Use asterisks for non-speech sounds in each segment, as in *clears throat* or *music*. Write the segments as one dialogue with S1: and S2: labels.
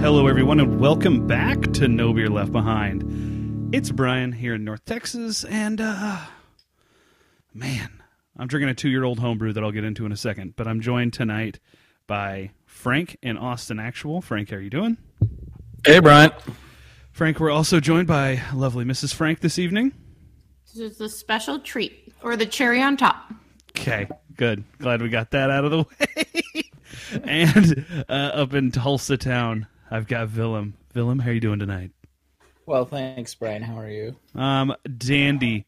S1: Hello, everyone, and welcome back to No Beer Left Behind. It's Brian here in North Texas, and uh, man, I'm drinking a two year old homebrew that I'll get into in a second. But I'm joined tonight by Frank and Austin Actual. Frank, how are you doing?
S2: Hey, Brian.
S1: Frank, we're also joined by lovely Mrs. Frank this evening.
S3: This is the special treat or the cherry on top.
S1: Okay, good. Glad we got that out of the *laughs* way. and uh, up in Tulsa Town, I've got Willem. Willem, how are you doing tonight?
S4: Well, thanks, Brian. How are you?
S1: Um, dandy.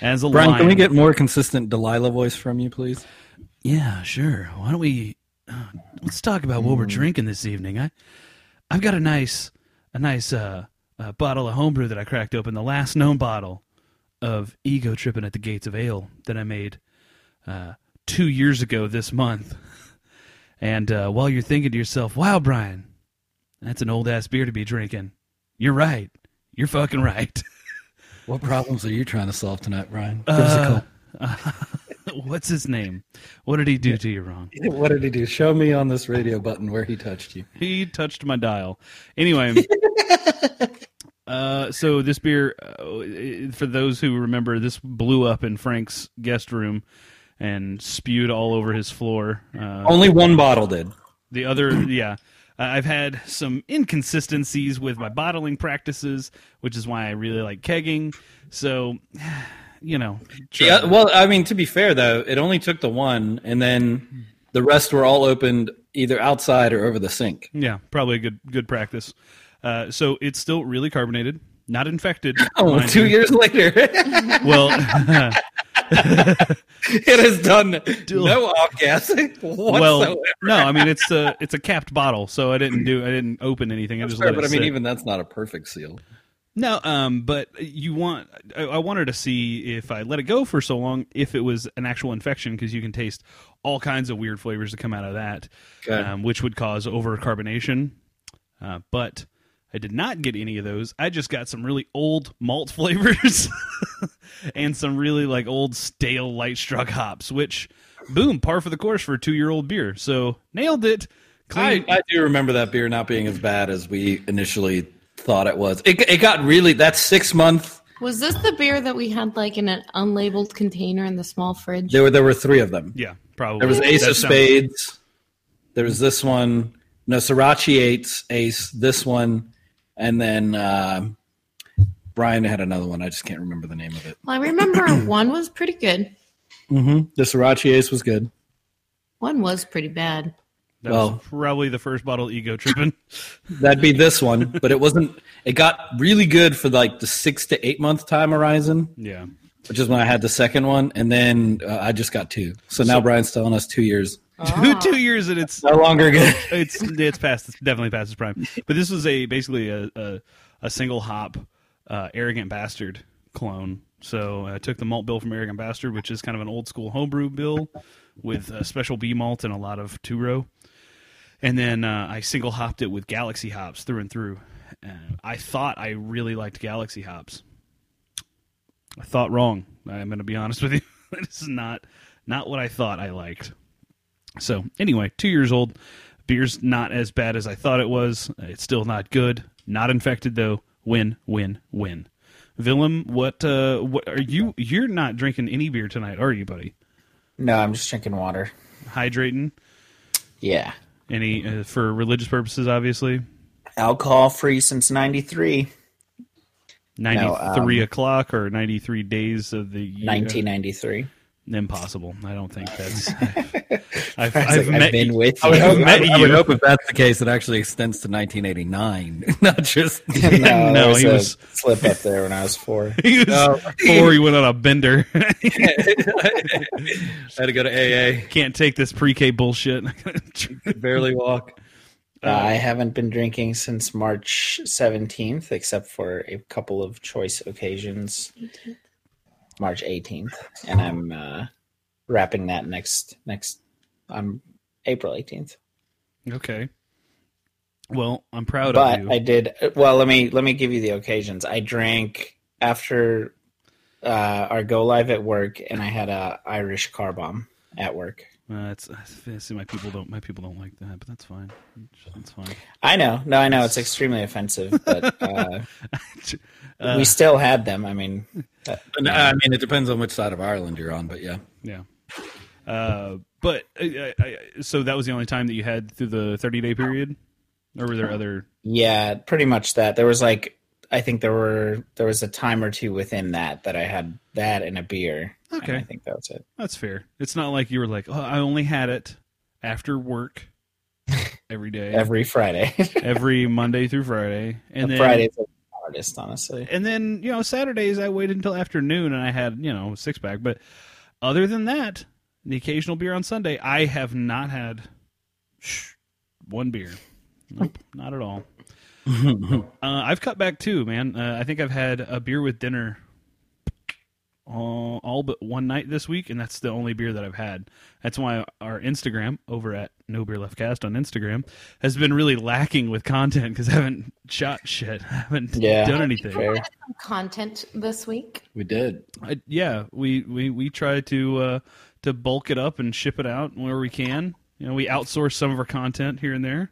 S1: As a
S2: Brian,
S1: lion.
S2: can we get more consistent Delilah voice from you, please?
S1: Yeah, sure. Why don't we? Uh, let's talk about what we're drinking this evening. I, I've got a nice, a nice uh, uh, bottle of homebrew that I cracked open. The last known bottle of ego tripping at the gates of ale that I made uh, two years ago this month. *laughs* And uh, while you're thinking to yourself, "Wow, Brian, that's an old ass beer to be drinking," you're right. You're fucking right. *laughs*
S2: What problems are you trying to solve tonight, Brian?
S1: What's his name? What did he do to you wrong?
S2: *laughs* What did he do? Show me on this radio button where he touched you.
S1: He touched my dial.
S2: *laughs*
S1: Anyway, uh, so this beer, uh, for those who remember, this blew up in Frank's guest room and spewed all over his floor. Uh,
S2: Only one bottle did.
S1: the other,
S2: *clears throat*
S1: yeah. I- I've had some inconsistencies with my bottling practices, which is why I really like kegging. So, *sighs* you know,
S2: Yeah, well, I mean, to be fair though, it only took the one, and then the rest were all opened either outside or over the sink.
S1: Yeah, probably a good good practice. Uh, so it's still really carbonated, not infected.
S2: Oh,
S1: mind
S2: two
S1: you.
S2: years later, *laughs* it *laughs*
S1: Well,
S2: has done no off gassing whatsoever.
S1: well, no, I mean it's a it's a capped bottle, so I didn't do I didn't open anything. I just
S2: Sure,
S1: let it
S2: but I mean,
S1: sit.
S2: even that's not a perfect seal.
S1: no. Um, but you want I, I wanted to see if I let it go for so long if it was an actual infection because you can taste all kinds of weird flavors that come out of that,
S2: Okay.
S1: um, which would cause over carbonation. Uh, but I did not get any of those. I just got some really old malt *laughs* flavors and some really like old stale light struck hops, which boom, par for the course for a two year old beer. So nailed it.
S2: I,
S1: Clean.
S2: I do remember that beer not being as bad as we initially thought it was. It, it got really that six month.
S3: Was this the beer that we had like in an unlabeled container in the small fridge?
S2: There were there were three of them.
S1: yeah, probably.
S2: There was Ace
S1: That
S2: of
S1: sounds-
S2: Spades. There was this one. No, Sriracha Ace. Ace. This one, and then uh, Brian had another one. I just can't remember the name of it.
S3: Well, I remember one was pretty good.
S2: Mm-hmm. The Sriracha Ace was good.
S3: One was pretty bad.
S1: That
S2: well-
S1: was probably the first bottle ego tripping.
S2: That'd be this one, but it wasn't. It got really good for like the six to eight month time horizon.
S1: yeah.
S2: which is when I had the second one, and then uh, I just got two. So now Brian's telling us two years.
S3: Ah.
S1: *laughs* two years and it's
S2: No longer good.
S1: it's it's past it's definitely past its prime. But this was a basically a a, a single hop uh, arrogant bastard clone. So I took the malt bill from Arrogant Bastard, which is kind of an old school homebrew bill with a special B malt and a lot of two row. And then uh, I single hopped it with Galaxy hops through and through. And I thought I really liked Galaxy hops. I thought wrong. I'm going to be honest with you. *laughs* this is not not what I thought I liked. So anyway, two years old. Beer's not as bad as I thought it was. It's still not good. Not infected though. Win, win, win. Willem, what uh what are you you're not drinking any beer tonight, are you, buddy?
S4: No, I'm just drinking water.
S1: Hydrating?
S4: Yeah.
S1: Any uh, for religious purposes obviously.
S4: Alcohol free since 93, um,
S1: 93 o'clock or 93 days of the year.
S4: 1993.
S1: Impossible. I don't think
S4: *laughs*
S1: that's I've, I've,
S4: I've,
S1: met
S4: been
S1: you.
S4: with
S2: *laughs* I would,
S4: you.
S2: hope,
S4: *laughs*
S1: Met
S2: I would
S1: you.
S2: hope if that's the case, it actually extends to 1989, *laughs* not just.
S1: No,
S4: there
S1: he
S4: a
S1: was-
S4: slip up there when I was four.
S1: *laughs* He was
S4: Oh.
S1: before he went on a bender. *laughs*
S2: I had to go to AA.
S1: Can't take this pre-K
S4: *laughs*
S1: bullshit. *laughs*
S2: Could barely walk.
S4: Uh, I haven't been drinking since March 17th, except for a couple of choice occasions. March 18th, and I'm uh, wrapping that next next. I'm April 18th.
S1: Okay. Well, I'm proud
S4: but
S1: of you.
S4: I did well. Let me let me give you the occasions. I drank after uh, our go live at work, and I had a Irish car bomb at work.
S1: Uh, it's, I see my people don't my people don't like that, but that's fine. That's fine.
S4: I know, no, I know it's
S1: *laughs*
S4: extremely offensive, but uh,
S1: Uh,
S4: we still had them. I mean,
S2: And, uh, I mean, it depends on which side of Ireland you're on, but yeah.
S1: yeah. Uh, but I, I, I- so that was the only time that you had through the 30 day period, or were there other?
S4: yeah, pretty much that. There was like, I think there were there was a time or two within that that I had that and a beer. and
S1: Okay.
S4: I think that's it.
S1: That's fair. It's not like you were like, oh, I only had it after
S4: *laughs*
S1: work every day, every,
S4: Every Friday, *laughs*
S1: Monday through Friday, and then
S4: Fridays are the hardest, honestly.
S1: and then you know Saturdays I waited until afternoon and I had you know six pack. But other than that, the occasional beer on Sunday, I have not had shh, one beer. Nope, not at all. Uh, I've cut back too, man. Uh, I think I've had a beer with dinner all, all but one night this week, and that's the only beer that I've had. That's why our Instagram over at No Beer Left Cast on Instagram has been really lacking with content because I haven't shot shit, *laughs* I haven't
S4: Yeah.
S1: done anything.
S4: Fair.
S3: Some content this week.
S2: *laughs* we did.
S1: I, yeah, we, we we try to uh, to bulk it up and ship it out where we can. You know, we outsource some of our content here and there.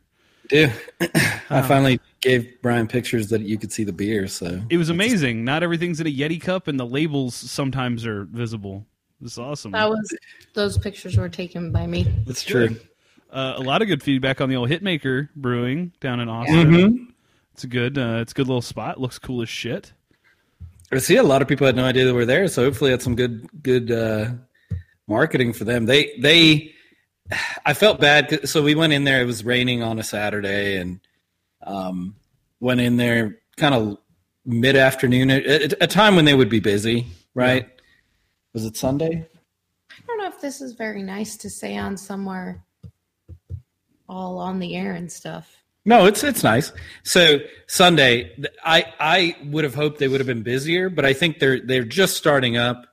S2: Do *clears throat* I finally gave Brian pictures that you could see the beer, so
S1: It was amazing. Not everything's in a Yeti cup, and the labels sometimes are visible. It's awesome.
S3: That was those pictures were taken by me.
S2: that's
S1: good.
S2: true.
S1: uh, a lot of good feedback on the old Hitmaker Brewing down in Austin.
S2: Mm-hmm.
S1: It's a good, uh, it's a good little spot. Looks cool as shit.
S2: I see a lot of people had no idea they were there, so hopefully that's some good good uh, marketing for them. They they I felt bad 'cause- so we went in there it was raining on a Saturday and um went in there kind of mid afternoon at a time when they would be busy, right? Was it Sunday?
S3: I don't know if this is very nice to say on somewhere all on the air and stuff.
S2: No, it's it's nice. So Sunday, th- I I would have hoped they would have been busier, but I think they're they're just starting up,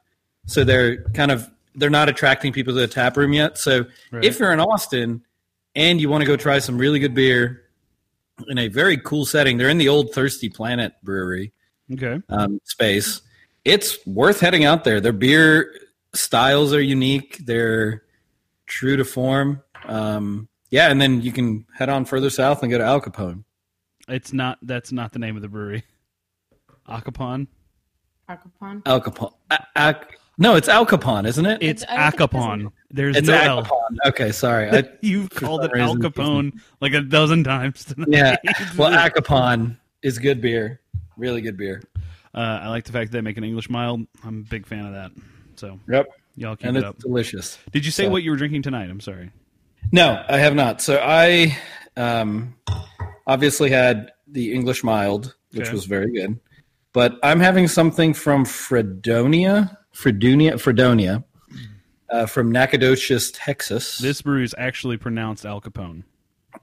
S2: so they're kind of they're not attracting people to the tap room yet. So
S1: Right.
S2: if you're in Austin and you want to go try some really good beer in a very cool setting, they're in the old Thirsty Planet Brewery
S1: Okay,
S2: um, space. It's worth heading out there. Their beer styles are unique. They're true to form. Um, yeah, and then you can head on further south and go to Al Capone.
S1: it's not. That's not the name of the brewery. Acapon.
S3: Acapon.
S2: Al Capone. A- Ac- no, it's Al Capone, isn't it?
S1: It's
S3: I don't think there's
S1: Acapon. There's
S2: it's
S1: no
S2: Al
S1: L.
S2: Capone.
S1: *laughs*
S2: Okay, sorry. I,
S1: You've called it
S2: some
S1: Al
S2: reason-
S1: Capone like a dozen times *laughs* tonight.
S2: yeah. Well, Al Capone is good beer. Really good beer.
S1: Uh, I like the fact that they make an English mild. I'm a big fan of that. So
S2: Yep.
S1: y'all keep
S2: And
S1: it
S2: it's
S1: up.
S2: delicious.
S1: Did you say
S2: so-
S1: what you were drinking tonight? I'm sorry.
S2: No, I have not. So I um, obviously had the English mild, which
S1: Okay.
S2: was very good. But I'm having something from Fredonia, Fredonia, Fredonia, uh, from Nacogdoches, Texas.
S1: This brewery is actually pronounced Al Capone.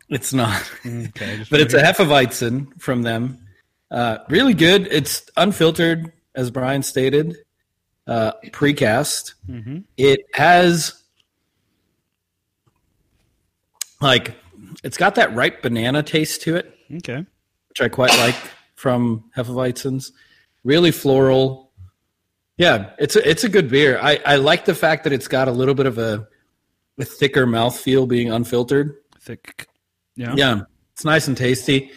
S2: it's not,
S1: Okay, I just
S2: Mm. but
S1: wanna
S2: it's a
S1: hear-
S2: Hefeweizen from them. Uh, really good. It's unfiltered, as Brian stated, uh, precast.
S1: Mhm.
S2: it has like it's got that ripe banana taste to it,
S1: Okay.
S2: which I quite like from Hefeweizen's. Really floral. Yeah, it's a, it's a good beer. I, I like the fact that it's got a little bit of a, a thicker mouthfeel being unfiltered.
S1: Thick. Yeah.
S2: Yeah, it's nice and tasty.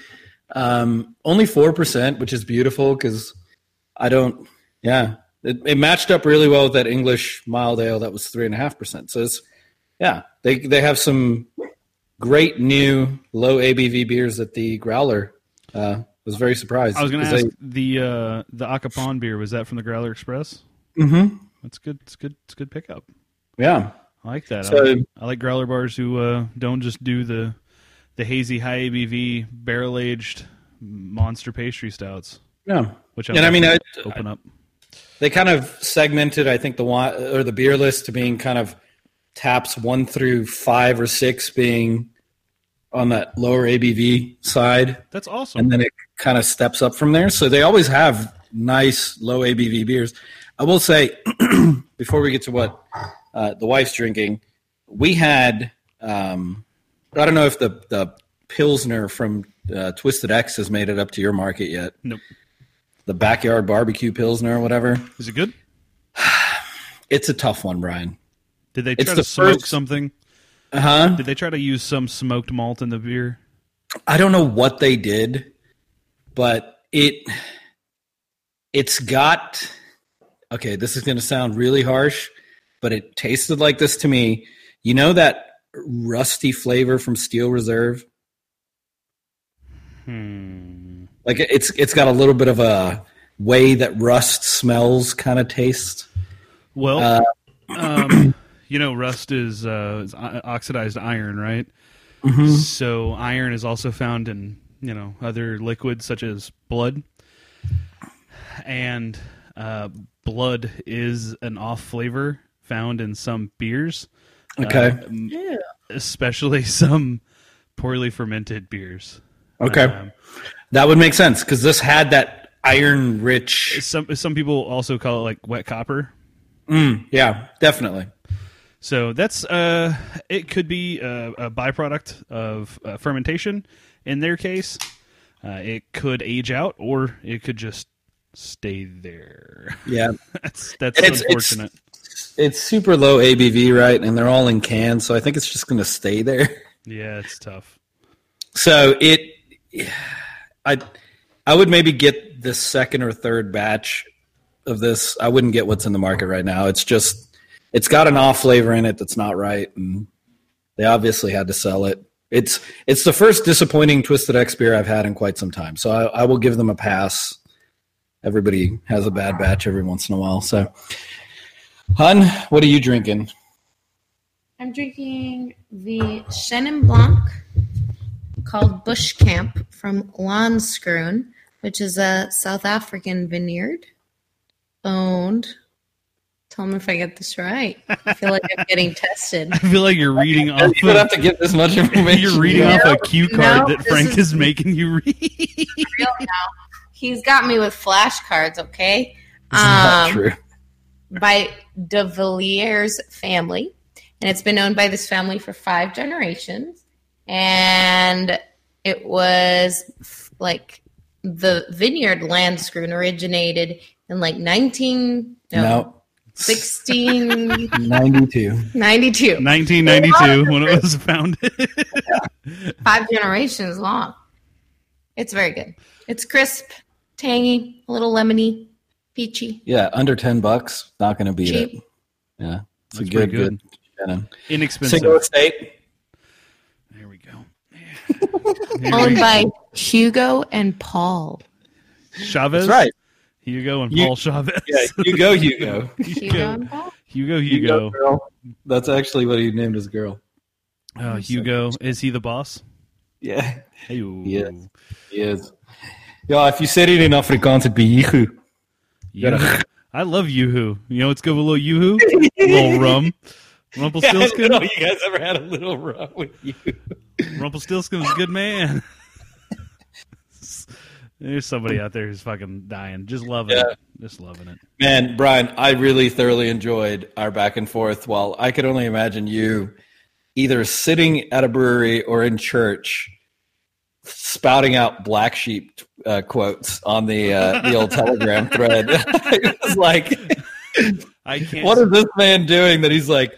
S2: Um, only four percent, which is beautiful because I don't. Yeah, it, it matched up really well with that English mild ale that was three and a half percent. So it's yeah, they they have some great new low ABV beers at the Growler. Uh, was very surprised.
S1: I was going to
S2: 'cause
S1: ask the uh, the Acapon beer was that from the Growler Express?
S2: They, Mhm.
S1: That's good. It's good. It's good pickup.
S2: Yeah,
S1: I like that. I,
S2: So-
S1: like, I like Growler bars who uh, don't just do the the hazy high ABV barrel aged monster pastry stouts,
S2: yeah.
S1: which
S2: And I mean, I,
S1: open up.
S2: they kind of segmented i think the wine or the beer list to being kind of taps one through five or six being on that lower abv side
S1: That's awesome.
S2: and then it kind of steps up from there so they always have nice low abv beers I will say *clears throat* before we get to what uh, the wife's drinking, we had um, I don't know if the the pilsner from uh, Twisted X has made it up to your market yet.
S1: Nope.
S2: The backyard barbecue pilsner or whatever.
S1: Is it good?
S2: It's a tough one, Brian.
S1: Did they
S2: It's
S1: try
S2: the
S1: to smoke
S2: first-
S1: something?
S2: Uh huh.
S1: Did they try to use some smoked malt in the beer?
S2: I don't know what they did, but it it's got okay, this is going to sound really harsh, but it tasted like this to me. You know that rusty flavor from Steel Reserve?
S1: Hmm.
S2: Like it- it's it's got a little bit of a way that rust smells kind of taste.
S1: Well,
S2: Uh, *clears throat*
S1: um, you know, rust is, uh, is o- oxidized iron, right?
S2: Mhm.
S1: So iron is also found in you know other liquids such as blood, and uh, blood is an off flavor found in some beers,
S2: Okay.
S1: um, especially *laughs* some poorly fermented beers.
S2: Uh, okay.
S1: Um,
S2: that would make sense cuz this had that iron rich
S1: some some people also call it like wet copper.
S2: Mm, yeah, definitely.
S1: So that's uh, it could be a, a byproduct of uh, fermentation. In their case, uh, it could age out, or it could just stay there. *laughs*
S2: Yeah.
S1: that's that's
S2: It's- it's-
S1: unfortunate.
S2: It's super low ABV, right? And they're all in cans, so I think it's just going to stay there. *laughs*
S1: yeah, it's tough.
S2: So it, I, I would maybe get the second or third batch of this. I wouldn't get what's in the market right now. It's just, it's got an off flavor in it that's not right, and they obviously had to sell it. It's it's the first disappointing Twisted X beer I've had in quite some time, so I, I will give them a pass. Everybody has a bad batch every once in a while, so. Hun, what are you drinking?
S5: I'm drinking the Chenin Blanc called Bush Camp from Lanskruen, which is a South African vineyard owned. Tell them if I get this right. I feel like I'm getting tested.
S1: I feel like you're reading off.
S2: You don't
S1: Of,
S2: have to get this *laughs* much
S1: *laughs*
S2: information.
S1: you're reading
S5: No,
S1: off a cue card
S5: no,
S1: that
S5: this
S1: Frank
S5: is-
S1: is making you read.
S5: *laughs* Real now. He's got me with flashcards, okay?
S2: It's not
S5: Um,
S2: true.
S5: by De Villiers family, and it's been owned by this family for five generations. And it was f- like the vineyard land screen originated in like nineteen no,
S2: No,
S5: sixteen
S2: 92.
S5: ninety two.
S1: 1992 when it was founded.
S5: Five generations long. It's very good. It's crisp, tangy, a little lemony, peachy.
S2: Yeah, under 10 bucks. Not going to beat
S5: Cheap.
S2: it. Yeah. It's
S1: That's
S2: a good,
S1: pretty good.
S2: good. Shannon.
S1: Inexpensive.
S2: Single estate.
S1: There we
S5: *laughs*
S1: go.
S5: Owned by Hugo and Paul.
S1: Chavez.
S2: That's right.
S1: Hugo and
S2: You-
S1: Paul Chavez.
S2: Yeah,
S1: *laughs*
S2: *laughs* you go, Hugo.
S5: Hugo and Paul.
S1: Hugo. Hugo.
S2: girl. That's actually what he named his girl.
S1: Oh, Hugo, is he the boss?
S2: Yeah.
S1: Hey,
S2: Yes. He is. Yeah, if you said it in Afrikaans, it'd be Yihu. *laughs*
S1: Yoo-hoo. I love Yoo-hoo. You know what's good with a little Yoo-hoo? A little rum. Rumpelstiltskin?
S2: Oh, you guys ever had a little row with you.
S1: Rumpelstiltskin's a good man. *laughs* There's somebody out there who's fucking dying. Just loving
S2: Yeah.
S1: it. Just loving it.
S2: Man, Brian, I really thoroughly enjoyed our back and forth. While I could only imagine you either sitting at a brewery or in church, spouting out black sheep uh, quotes on the uh, the old
S1: *laughs*
S2: Telegram thread. *laughs* it was like,
S1: I can't
S2: what is this man doing? That he's like,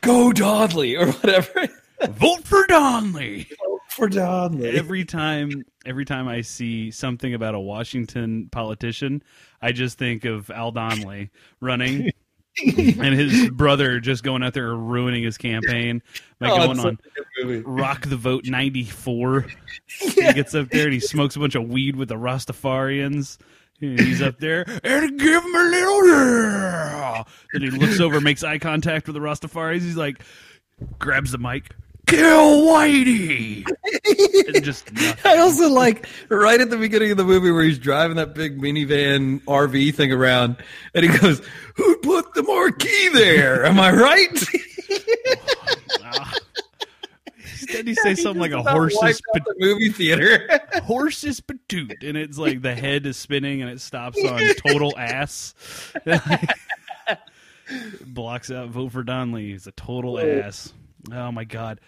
S2: go Dodley or whatever *laughs*
S1: vote for Donley.
S2: for Dodley.
S1: every time every time I see something about a Washington politician, I just think of Al Donnelly
S2: *laughs*
S1: running and his brother just going out there ruining his campaign by
S2: Oh,
S1: going
S2: it's such
S1: on
S2: a good movie.
S1: Rock the Vote ninety
S2: *laughs*
S1: four. He gets up there and he smokes a bunch of weed with the Rastafarians. He's up there *laughs* and give him a little. yeah." Then he looks over, makes eye contact with the Rastafarians. He's like, grabs the mic, kill Whitey, and
S2: *laughs*
S1: just nothing.
S2: I also like right at the beginning of the movie where he's driving that big minivan RV thing around, and he goes, "Who put the *laughs* marquee there? Am I right?"
S1: Ah. did he say something like a
S2: about
S1: horse's
S2: wiped out the movie theater?
S1: *laughs* pa- horse's patoot? And it's like the head is spinning and it stops on total ass. *laughs* Blocks out vote for Donnelly. He's a total ass. Oh my god.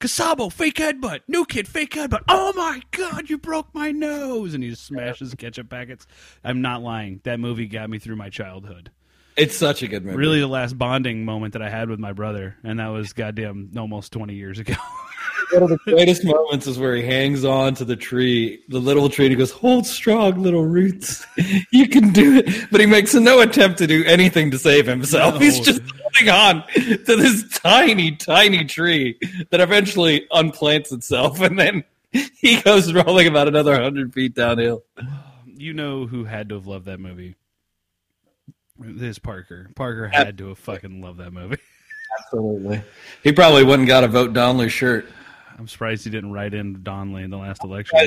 S1: Casabo, fake headbutt. New kid, fake headbutt. Oh my god, you broke my nose. And he just smashes ketchup packets. I'm not lying. That movie got me through my childhood.
S2: it's such a good movie.
S1: Really, the last bonding moment that I had with my brother, and that was goddamn almost 20 years ago. *laughs*
S2: One of the greatest moments is where he hangs on to the tree, the little tree, and he goes, Hold strong, little roots. *laughs* You can do it. But he makes no attempt to do anything to save himself.
S1: No.
S2: He's just holding on to this tiny, tiny tree that eventually unplants itself. And then he goes rolling about another 100 feet downhill.
S1: you know who had to have loved that movie? This Parker. Parker had to have fucking loved that movie. *laughs*
S2: Absolutely. He probably wouldn't got a vote Donnelly shirt.
S1: I'm surprised he didn't write in Donnelly in the last election.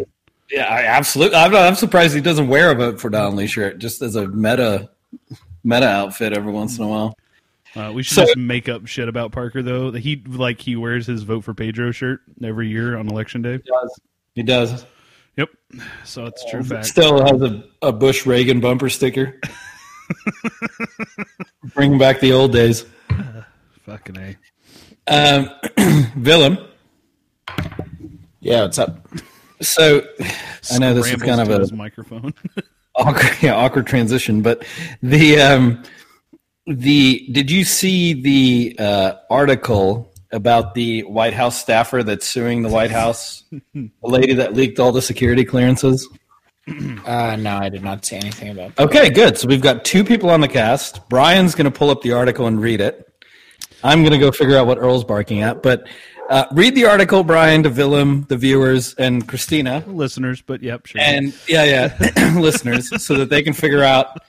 S2: Yeah, I absolutely. I'm, not, I'm surprised he doesn't wear a vote for Donnelly shirt just as a meta meta outfit every once in a while.
S1: Uh, we should
S2: So-
S1: just make up shit about Parker though. He like he wears his vote for Pedro shirt every year on election day.
S2: He does. He does.
S1: Yep. So it's a true fact.
S2: Still has a, a Bush Reagan bumper sticker. Bring back the old days.
S1: Fucking a.
S2: Um, Willem.
S4: Yeah, what's up?
S2: So I know this is
S1: Scrambles
S2: kind of
S1: to
S2: a-
S1: his microphone. *laughs*
S2: awkward, yeah, awkward transition, but the um, the did you see the uh, article about the White House staffer that's suing the White House, the lady that leaked all the security clearances?
S4: Uh, no, I did not say anything about that.
S2: Okay, good. So we've got two people on the cast. Brian's going to pull up the article and read it. I'm going to go figure out what Earl's barking at, but uh, read the article, Brian, to Willem, the viewers, and Christina.
S1: Listeners, but yep, sure.
S2: and yeah, yeah, *clears throat* listeners, so that they can figure out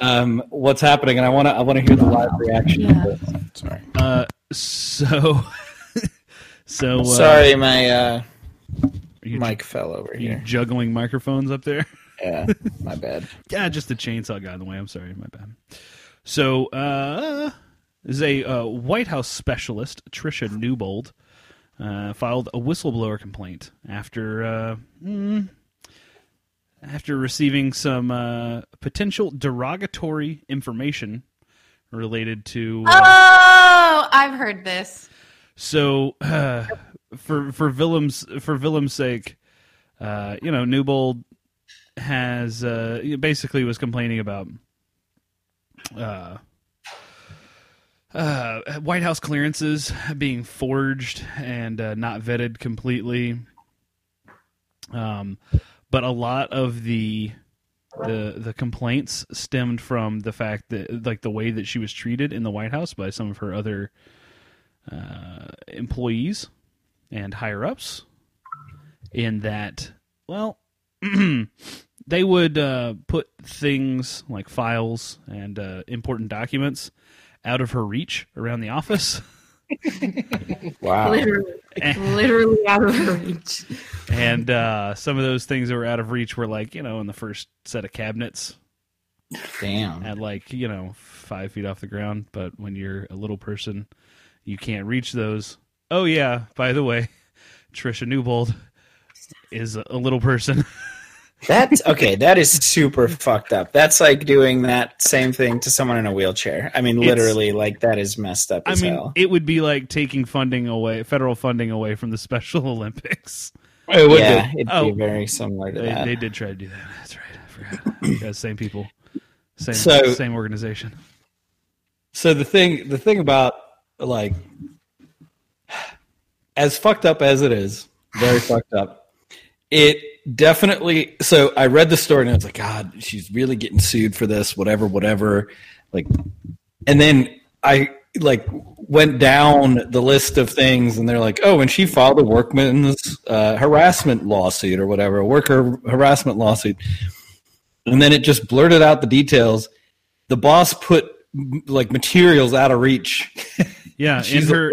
S2: um, what's happening. And I want to, I want to hear the live reaction.
S3: Yeah.
S4: Sorry.
S1: uh, so *laughs* so uh,
S4: Sorry, my uh,
S1: are you,
S4: mic fell over
S1: you
S4: here.
S1: juggling microphones up there? *laughs*
S4: Yeah, my bad.
S1: Yeah, just the chainsaw got in the way. I'm sorry, my bad. So, uh, this is a uh, White House specialist, Tricia Newbold, uh, filed a whistleblower complaint after uh, mm, after receiving some uh, potential derogatory information related to. Uh,
S5: Oh, I've heard this.
S1: so, *sighs* uh, for for Willem's for Willem's sake, uh, you know, Newbold has uh, basically was complaining about uh, uh, White House clearances being forged and uh, not vetted completely. Um, but a lot of the the the complaints stemmed from the fact that like the way that she was treated in the White House by some of her other uh, employees and higher ups. In that, well, *clears throat* they would uh, put things like files and uh, important documents out of her reach around the office.
S5: *laughs*
S4: Wow.
S5: Literally, like, literally out of her reach.
S1: and uh, some of those things that were out of reach were like, you know, in the first set of cabinets
S4: Damn.
S1: at like, you know, five feet off the ground. But when you're a little person, you can't reach those. Oh, yeah. By the way, *laughs* Trisha Newbold is a little person. *laughs*
S4: That's okay. That is super fucked up. That's like doing that same thing to someone in a wheelchair. I mean,
S1: It's-
S4: literally, like that is messed up
S1: I
S4: as
S1: mean,
S4: hell.
S1: it would be like taking funding away, federal funding away from the Special *laughs* Olympics.
S2: It would
S4: yeah, it'd
S1: Oh.
S4: be very similar to
S1: They,
S4: that.
S1: they did try to do that. That's right. I forgot. yeah, same people, same
S2: So-
S1: same organization.
S2: So the thing, the thing about like, as fucked up as it is, very fucked up. It definitely. So I read the story and I was like, God, she's really getting sued for this, whatever, whatever. Like, and then I like went down the list of things, and they're like, oh, and she filed a workman's uh, harassment lawsuit or whatever, a worker harassment lawsuit. And then it just blurted out the details. The boss put m- like materials out of reach.
S1: Yeah, in
S2: She's a-
S1: her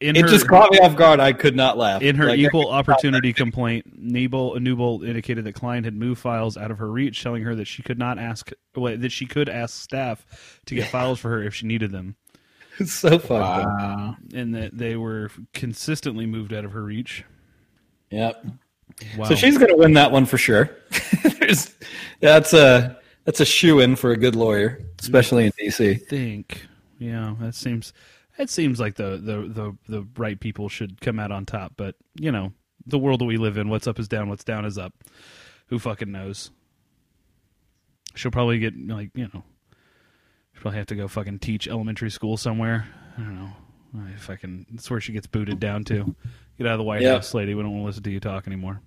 S1: in
S2: it
S1: her
S2: just caught me off guard. I could not laugh.
S1: in her
S2: Like,
S1: equal opportunity complaint, Newbold, Newbold indicated that Klein had moved files out of her reach, telling her that she could not ask wait, that she could ask staff to get files for her if she needed them.
S2: *laughs* It's so fucked up.
S4: Wow.
S1: and that they were consistently moved out of her reach.
S2: Yep.
S1: Wow.
S2: So she's going to win that one for sure. *laughs* There's, that's a that's a shoe in for a good lawyer, especially in DC.
S1: think. Yeah, that seems it seems like the, the the the right people should come out on top, but you know, the world that we live in, what's up is down, what's down is up. Who fucking knows? She'll probably get like, you know, she'll probably have to go fucking teach elementary school somewhere. I don't know. If I can that's where she gets booted down to. Get out of the White
S2: Yeah.
S1: House, lady. We don't want to listen to you talk anymore.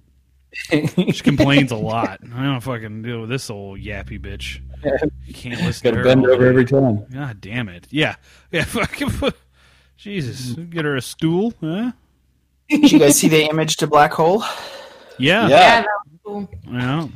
S1: She complains a lot. I don't fucking deal with this old yappy bitch.
S2: *laughs*
S1: You can't listen
S2: Got
S1: to
S2: to
S1: her.
S2: bend
S1: all
S2: over
S1: day.
S2: every time.
S1: God damn it. Yeah. Yeah. *laughs* Fucking. Jesus. Get her a stool, huh?
S4: Did you guys see the image to black
S1: *laughs*
S4: hole?
S1: Yeah.
S2: Yeah.
S5: *laughs* Yeah, that was cool.
S1: Yeah.
S2: You know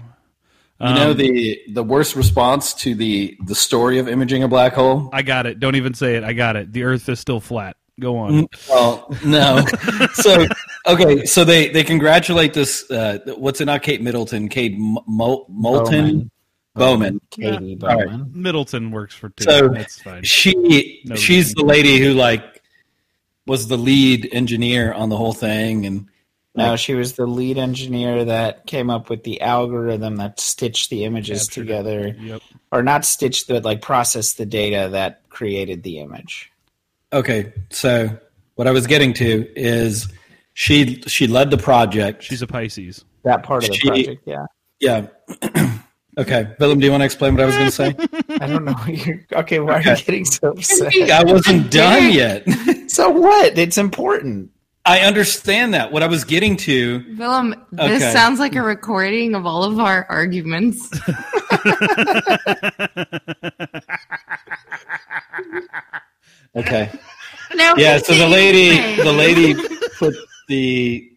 S1: Um,
S2: the the worst response to the the story of imaging a black hole.
S1: I got it. Don't even say it. I got it. The Earth is still flat. Go on.
S2: Mm. Well,
S1: *laughs*
S2: no. so okay, so they they congratulate this. Uh, what's it? Not Kate Middleton, Kate Mo- Mo- Moulton Bowman.
S4: Katie
S2: All right.
S4: Bowman.
S1: Middleton works for two.
S2: So-
S1: That's fine.
S2: She
S1: No.
S2: she's the lady who like was the lead engineer on the whole thing, and
S4: No, she was the lead engineer that came up with the algorithm that stitched the images
S1: Captured it.
S4: together,
S1: Yep.
S4: or not stitched, but like processed the data that created the image.
S2: okay. So what I was getting to is she she led the project.
S1: She's a Pisces.
S4: That part of the
S2: She-
S4: project, yeah.
S2: yeah. *clears throat* okay, Willem, do you want to explain what I was going to say?
S4: I don't know. *laughs* what You're, okay, why are you getting so upset?
S2: I wasn't done yet. *laughs*
S4: So what? It's important.
S2: I understand that. What I was getting to
S5: Willem, this
S2: Okay.
S5: sounds like a recording of all of our
S3: *laughs*
S5: arguments.
S2: Okay.
S5: No,
S2: Yeah. So the lady,
S5: continue.
S2: the lady put the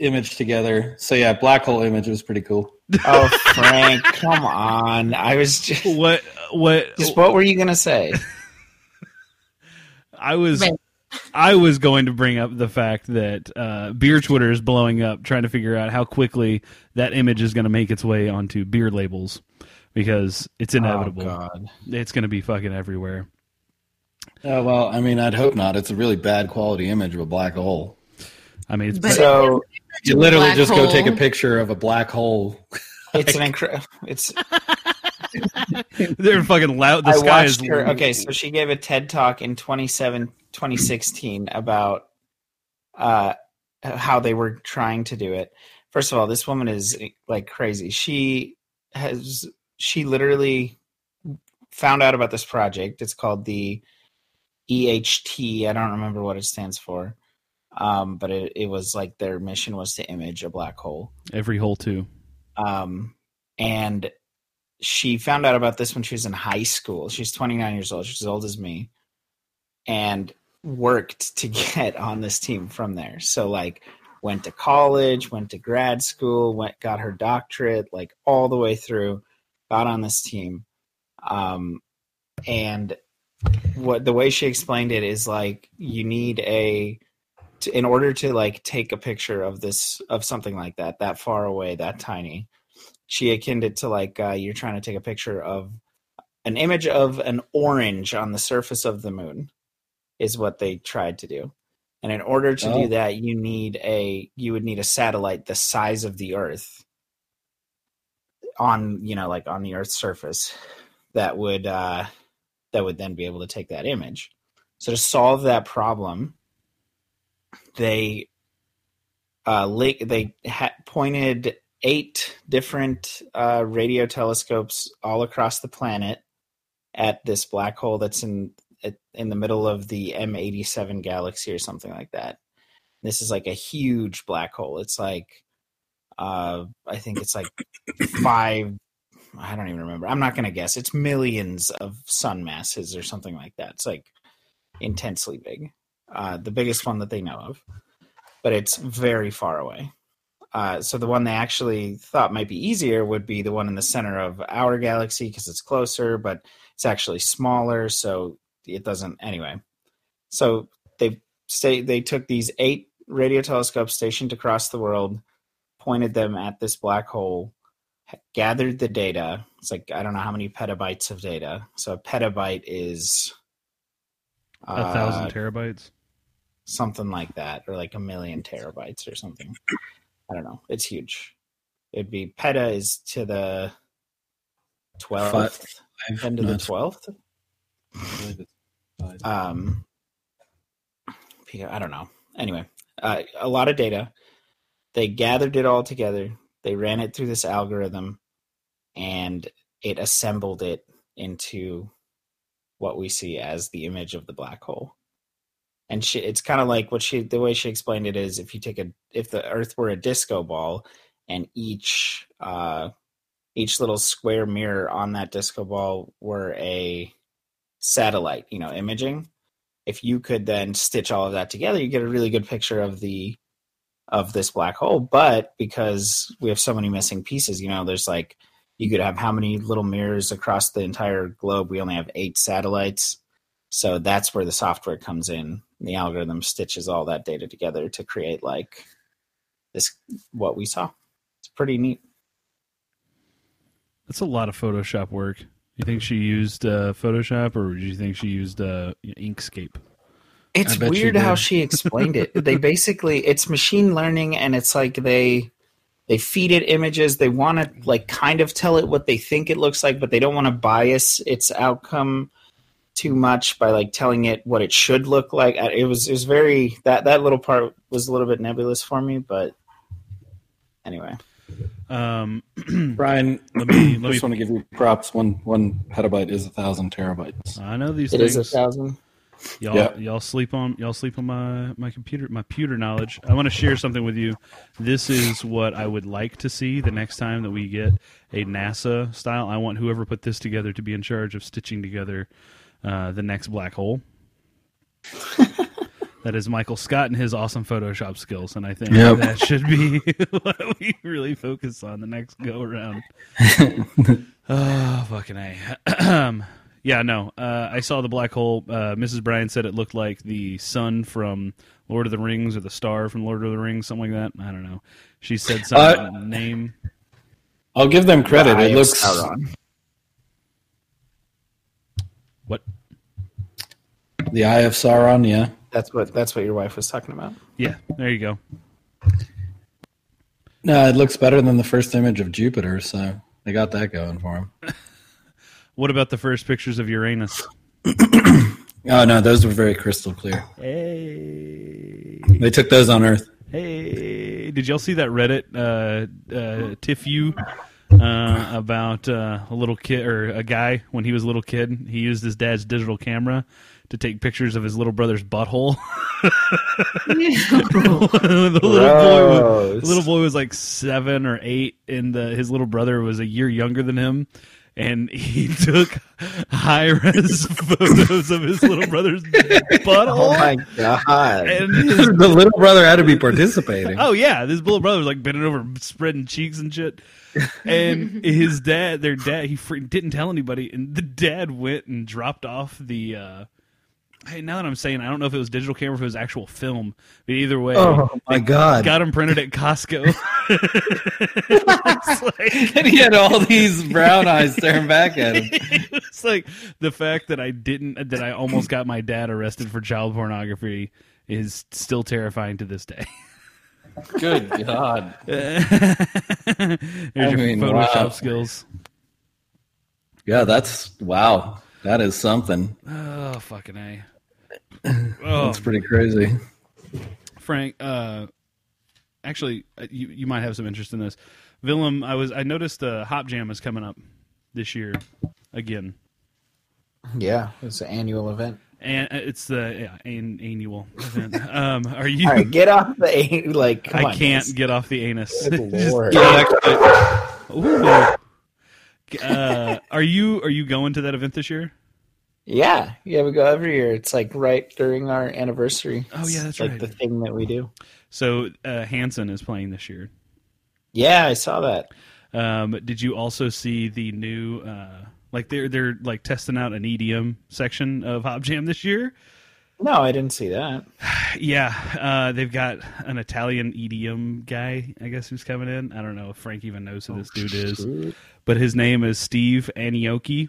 S2: image together. So yeah, black hole image was pretty cool.
S4: Oh, Frank, *laughs* come on. I was just,
S1: What? What?
S4: just. What were you gonna say?
S1: I was.
S5: Right.
S1: I was going to bring up the fact that uh, beer Twitter is blowing up, trying to figure out how quickly that image is going to make its way onto beer labels, because it's inevitable.
S4: Oh, God.
S1: it's going to be fucking everywhere.
S2: Oh well, I mean, I'd hope not. It's a really bad quality image of a black hole.
S1: I mean, it's
S5: But-
S4: so
S2: You literally
S5: Black
S2: just
S5: hole.
S2: go take a picture of a black hole.
S4: it's an incredible. It's
S1: *laughs* they're fucking loud. The
S4: I
S1: sky
S4: watched
S1: is
S4: her. Okay, so she gave a TED talk in 27, 2016 about uh, how they were trying to do it. First of all, this woman is like crazy. She has she literally found out about this project. It's called the EHT. I don't remember what it stands for, um, but it, it was like their mission was to image a black hole
S1: every hole too.
S4: um, and she found out about this when she was in high school. She's 29 years old. She's as old as me, and worked to *laughs* get on this team from there. So like, went to college, went to grad school, went got her doctorate, like all the way through, got on this team, um, and what the way she explained it is like you need a to, in order to like take a picture of this of something like that that far away that tiny she akined it to like uh, you're trying to take a picture of an image of an orange on the surface of the moon is what they tried to do and in order to
S2: Oh.
S4: do that you need a you would need a satellite the size of the earth on you know like on the earth's surface that would uh that would then be able to take that image so to solve that problem they uh, li- they ha- pointed eight different uh, radio telescopes all across the planet at this black hole that's in at- in the middle of the M87 galaxy or something like that. This is like a huge black hole. It's like uh, I think it's like five. I don't even remember. I'm not going to guess. It's millions of sun masses or something like that. It's like intensely big uh, the biggest one that they know of, but it's very far away. Uh, so the one they actually thought might be easier would be the one in the center of our galaxy because it's closer, but it's actually smaller, so it doesn't. Anyway, so they stay. They took these eight radio telescopes stationed across the world, pointed them at this black hole, ha- gathered the data. It's like I don't know how many petabytes of data. So a petabyte is
S1: a
S4: uh,
S1: thousand terabytes.
S4: something like that, or like a million terabytes or something. I don't know. It's huge. It'd be peta is to the twelfth,
S2: Five,
S4: end of the
S2: not-
S4: twelfth.
S2: I believe it's five.
S4: Um, yeah, I don't know. Anyway, uh, a lot of data. They gathered it all together. They ran it through this algorithm, and it assembled it into what we see as the image of the black hole. And she, it's kind of like what she, the way she explained it is, if you take a, if the Earth were a disco ball, and each, uh, each little square mirror on that disco ball were a satellite, you know, imaging. If you could then stitch all of that together, you get a really good picture of the of this black hole. But because we have so many missing pieces, you know, there's like you could have how many little mirrors across the entire globe? We only have eight satellites. So that's where the software comes in. The algorithm stitches all that data together to create like this what we saw. It's pretty neat.
S1: That's a lot of Photoshop work. You think she used uh, Photoshop, or do you think she used uh, Inkscape?
S4: It's
S2: I bet you
S4: weird how
S2: did.
S4: she explained *laughs* it. they basically it's machine learning and it's like they they feed it images. They want to like kind of tell it what they think it looks like, but they don't want to bias its outcome too much by like telling it what it should look like. I- It was it was very that that little part was a little bit nebulous for me, but anyway.
S1: Um,
S2: Brian,
S1: let
S4: *clears throat*
S1: me let me.
S2: just want to give you props. One one petabyte is a thousand terabytes.
S1: I know these
S4: it
S1: things.
S4: is a thousand.
S1: y'all
S2: Yeah.
S1: y'all sleep on y'all sleep on my my computer my computer knowledge i want to share something with you this is what i would like to see the next time that we get a nasa style i want whoever put this together to be in charge of stitching together uh, the next black
S2: *laughs*
S1: hole that is michael scott and his awesome photoshop skills and i think
S2: Yep.
S1: that should be *laughs* what we really focus on the next go
S2: *laughs*
S1: around Oh, fucking A. *clears throat* yeah, no. Uh, I saw the black hole. Uh, Mrs. Bryan said it looked like the sun from Lord of the Rings or the star from Lord of the Rings, something like that. I don't know. She said some
S2: Uh,
S1: name.
S2: I'll give them credit.
S4: Eye
S2: It
S4: of
S2: looks
S4: Sauron.
S1: What?
S2: the Eye of Sauron. Yeah,
S4: That's what that's what your wife was talking about.
S1: Yeah, there you go.
S2: no, it looks better than the first image of Jupiter. So they got that going for them.
S1: What about the first pictures of Uranus?
S2: Oh no, those were very crystal clear.
S1: Hey,
S2: They took those on Earth. *laughs*
S1: hey! Did y'all see that Reddit uh, uh, tiff you uh, about uh, a little kid or a guy when he was a little kid? He used his dad's digital camera to take pictures of his little brother's butthole. *laughs* the little boy, was, the little boy was like seven or eight, and the, his little brother was a year younger than him. And he *laughs* took high res *laughs* photos of his little
S4: *laughs*
S1: brother's
S4: Oh
S1: butthole.
S4: my god.
S1: and his,
S2: the little brother had to be participating.
S1: oh yeah, this little brother was like bending over, spreading cheeks and shit. And his dad, their dad, he freaking didn't tell anybody. And the dad went and dropped off the. uh Hey, now that I'm saying, I don't know if it was digital camera, if it was actual film, but either way,
S4: Oh.
S2: my God!
S1: got them printed at
S2: *laughs*
S1: Costco. it's, like,
S2: and he had all these brown eyes staring back at him.
S1: it's like the fact that I didn't, that I almost got my dad arrested for child pornography is still terrifying to this
S2: *laughs*
S1: day.
S2: Good God!
S1: There's your
S2: mean,
S1: Photoshop
S2: wow.
S1: skills.
S2: Yeah, that's wow. That is something.
S1: Oh, fucking
S2: *laughs*
S1: A. Oh,
S2: That's pretty crazy.
S1: Frank, uh, actually, uh, you, you might have some interest in this. Willem, I was I noticed uh, Hop Jam is coming up this year again.
S4: yeah, it's an annual event.
S1: and uh, it's the yeah, an, annual
S4: *laughs*
S1: event. Um, are you?
S4: All right, get off the *laughs* a- like. Come
S1: I
S4: on,
S1: can't
S4: guys.
S1: get off the anus. *laughs*
S4: Good
S1: Just-
S4: Lord.
S2: Yeah, actually,
S1: ooh. Uh, are you are you going to that event this year?
S4: Yeah, yeah, we go every year. It's like right during our anniversary.
S1: Oh, yeah, that's
S4: It's, like
S1: right.
S4: the thing that we do.
S1: So uh, Hanson is playing this year.
S4: Yeah, I saw that.
S1: Um, did you also see the new uh, like they're they're like testing out an EDM section of Hop Jam this year?
S4: No, I didn't see that.
S1: Yeah, uh, they've got an Italian EDM guy, I guess, who's coming in. I don't know if Frank even knows
S4: Oh,
S1: who this dude is, but his name is Steve Anioki.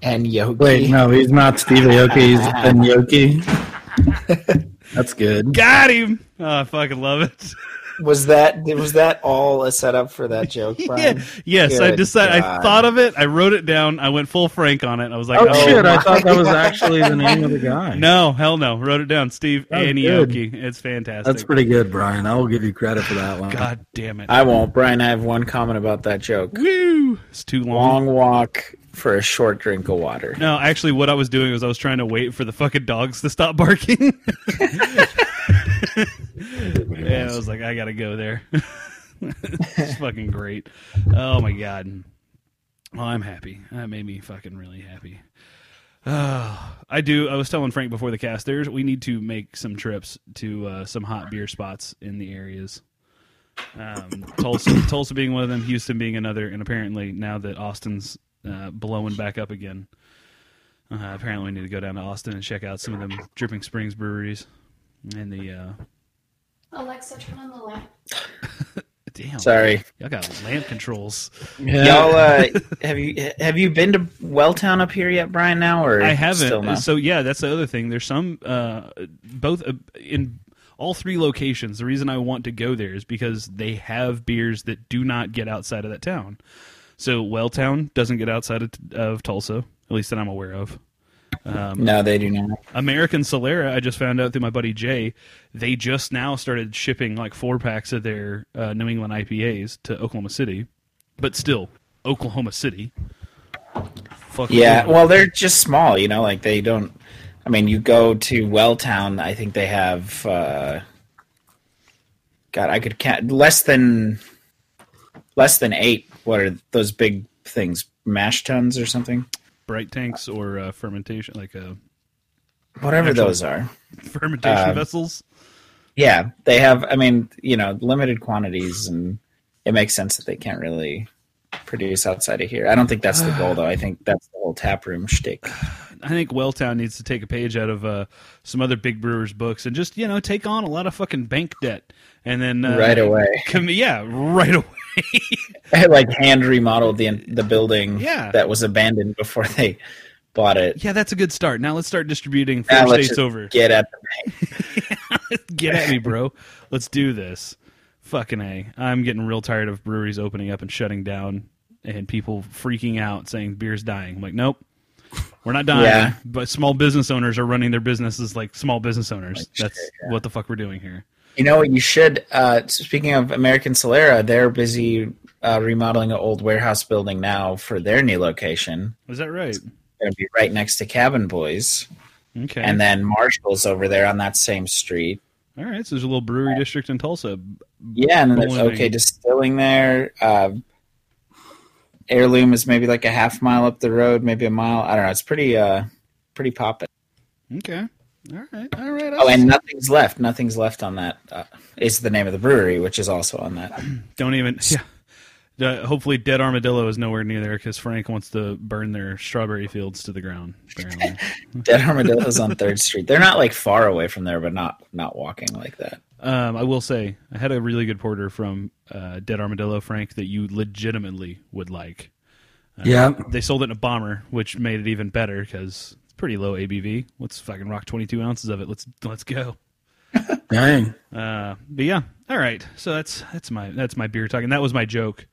S4: and Yogi.
S2: Wait, no, he's not Steve Aoki. He's Ben Yoki. *laughs* That's good.
S1: Got him. Oh, I fucking love it. *laughs*
S4: Was that was that all a setup for that joke, Brian?
S1: *laughs* Yeah. Yes, I
S4: Good
S1: decided. I
S4: God.
S1: thought of it. I wrote it down. I went full Frank on it. I was like,
S2: Oh,
S1: oh,
S2: shit! I thought that was *laughs* actually the name of the guy.
S1: *laughs* no, hell no. Wrote it down. Steve
S2: That was
S1: Anioki. It's fantastic.
S2: that's pretty good, Brian. I will give you credit for that one.
S1: God damn it.
S4: I won't, Brian. I have one comment about that joke.
S1: Woo! It's too long.
S4: Long walk for a short drink of water.
S1: No, actually, what I was doing was I was trying to wait for the fucking dogs to stop barking. *laughs* and I was like, I gotta go there. *laughs* it's fucking great. Oh my god. Well, I'm happy. That made me fucking really happy. *sighs* Oh, I do. I was telling Frank before the cast. There's we need to make some trips to uh, some hot beer spots in the areas. Um, Tulsa, Tulsa being one of them, Houston being another, and apparently now that Austin's uh, blowing back up again, uh, apparently we need to go down to Austin and check out some of them Dripping Springs breweries and the uh,
S3: *laughs* Alexa, turn on the lamp.
S1: damn.
S4: Sorry,
S1: Y'all got lamp controls.
S4: y'all. Uh,
S1: *laughs*
S4: have you have you been to Welltown up here yet, Brian? Now or
S1: I
S4: Still
S1: haven't.
S4: not?
S1: So yeah, that's the other thing. There's some uh, both uh, in all three locations. The reason I want to go there is because they have beers that do not get outside of that town. So Welltown doesn't get outside of, of Tulsa, at least that I'm aware of. Um,
S4: no, they do not.
S1: American Solera, I just found out through my buddy Jay, they just now started shipping like four packs of their uh, New England IPAs to Oklahoma City, but still Oklahoma City. Fuck
S4: Yeah,
S1: you.
S4: well, they're just small, you know. Like they don't. I mean, you go to Welltown. I think they have. Uh, God, I could count less than less than eight. What are those big things? Mash tuns or something?
S1: bright tanks or uh, fermentation, like uh, *laughs*
S4: Whatever
S1: Actually-
S4: those are.
S1: fermentation
S4: Um,
S1: vessels.
S4: Yeah, they have. I mean, you know, limited quantities, and it makes sense that they can't really produce outside of here. I don't think that's the goal, though. I think that's the whole tap room shtick.
S1: I think Welltown needs to take a page out of uh, some other big brewers' books and just you know take on a lot of fucking bank debt and then uh,
S4: Right away.
S1: *laughs* Com- yeah, right away.
S4: I *laughs* like hand remodeled the the building
S1: Yeah.
S4: that was abandoned before they bought it.
S1: Yeah, that's a good start. Now let's start distributing four
S4: Now let's
S1: states
S4: just
S1: over.
S4: Get at
S1: Get at me, bro. Let's do this. Fucking A. I'm getting real tired of breweries opening up and shutting down and people freaking out saying beer's dying. I'm like, nope. We're not dying.
S4: Yeah.
S1: But small business owners are running their businesses like small business owners.
S4: Like,
S1: That's what the fuck we're doing here.
S4: you know what you should. Uh, speaking of American Solera, they're busy uh, remodeling an old warehouse building now for their new location.
S1: Is that right?
S4: Going to be right next to Cabin Boys,
S1: Okay.
S4: and then Marshall's over there on that same street.
S1: All right. So there's a little brewery district in Tulsa.
S4: Yeah, and then there's
S1: Bowling.
S4: OK Distilling there. Uh, Heirloom is maybe like a half mile up the road, maybe a mile. I don't know. It's pretty, uh, pretty poppin'.
S1: Okay. All right. All right.
S4: Oh, and nothing's left. Nothing's left on that. Uh, is the name of the brewery, which is also on that.
S1: Don't even. *laughs* Yeah. Uh, hopefully, Dead Armadillo is nowhere near there because Frank wants to burn their strawberry fields to the
S4: *laughs*
S1: ground. Apparently.
S4: Dead Armadillo's on Third Street. They're not like far away from there, but not not walking like that.
S1: Um, I will say I had a really good porter from uh, Dead Armadillo, Frank, that you legitimately would like.
S2: Yeah.
S1: They sold it in a bomber, which made it even better because it's pretty low ABV. Let's fucking rock twenty two ounces of it. Let's let's go.
S2: Dang.
S1: Uh, but yeah, all right. So that's that's my that's my beer talking. That was my joke.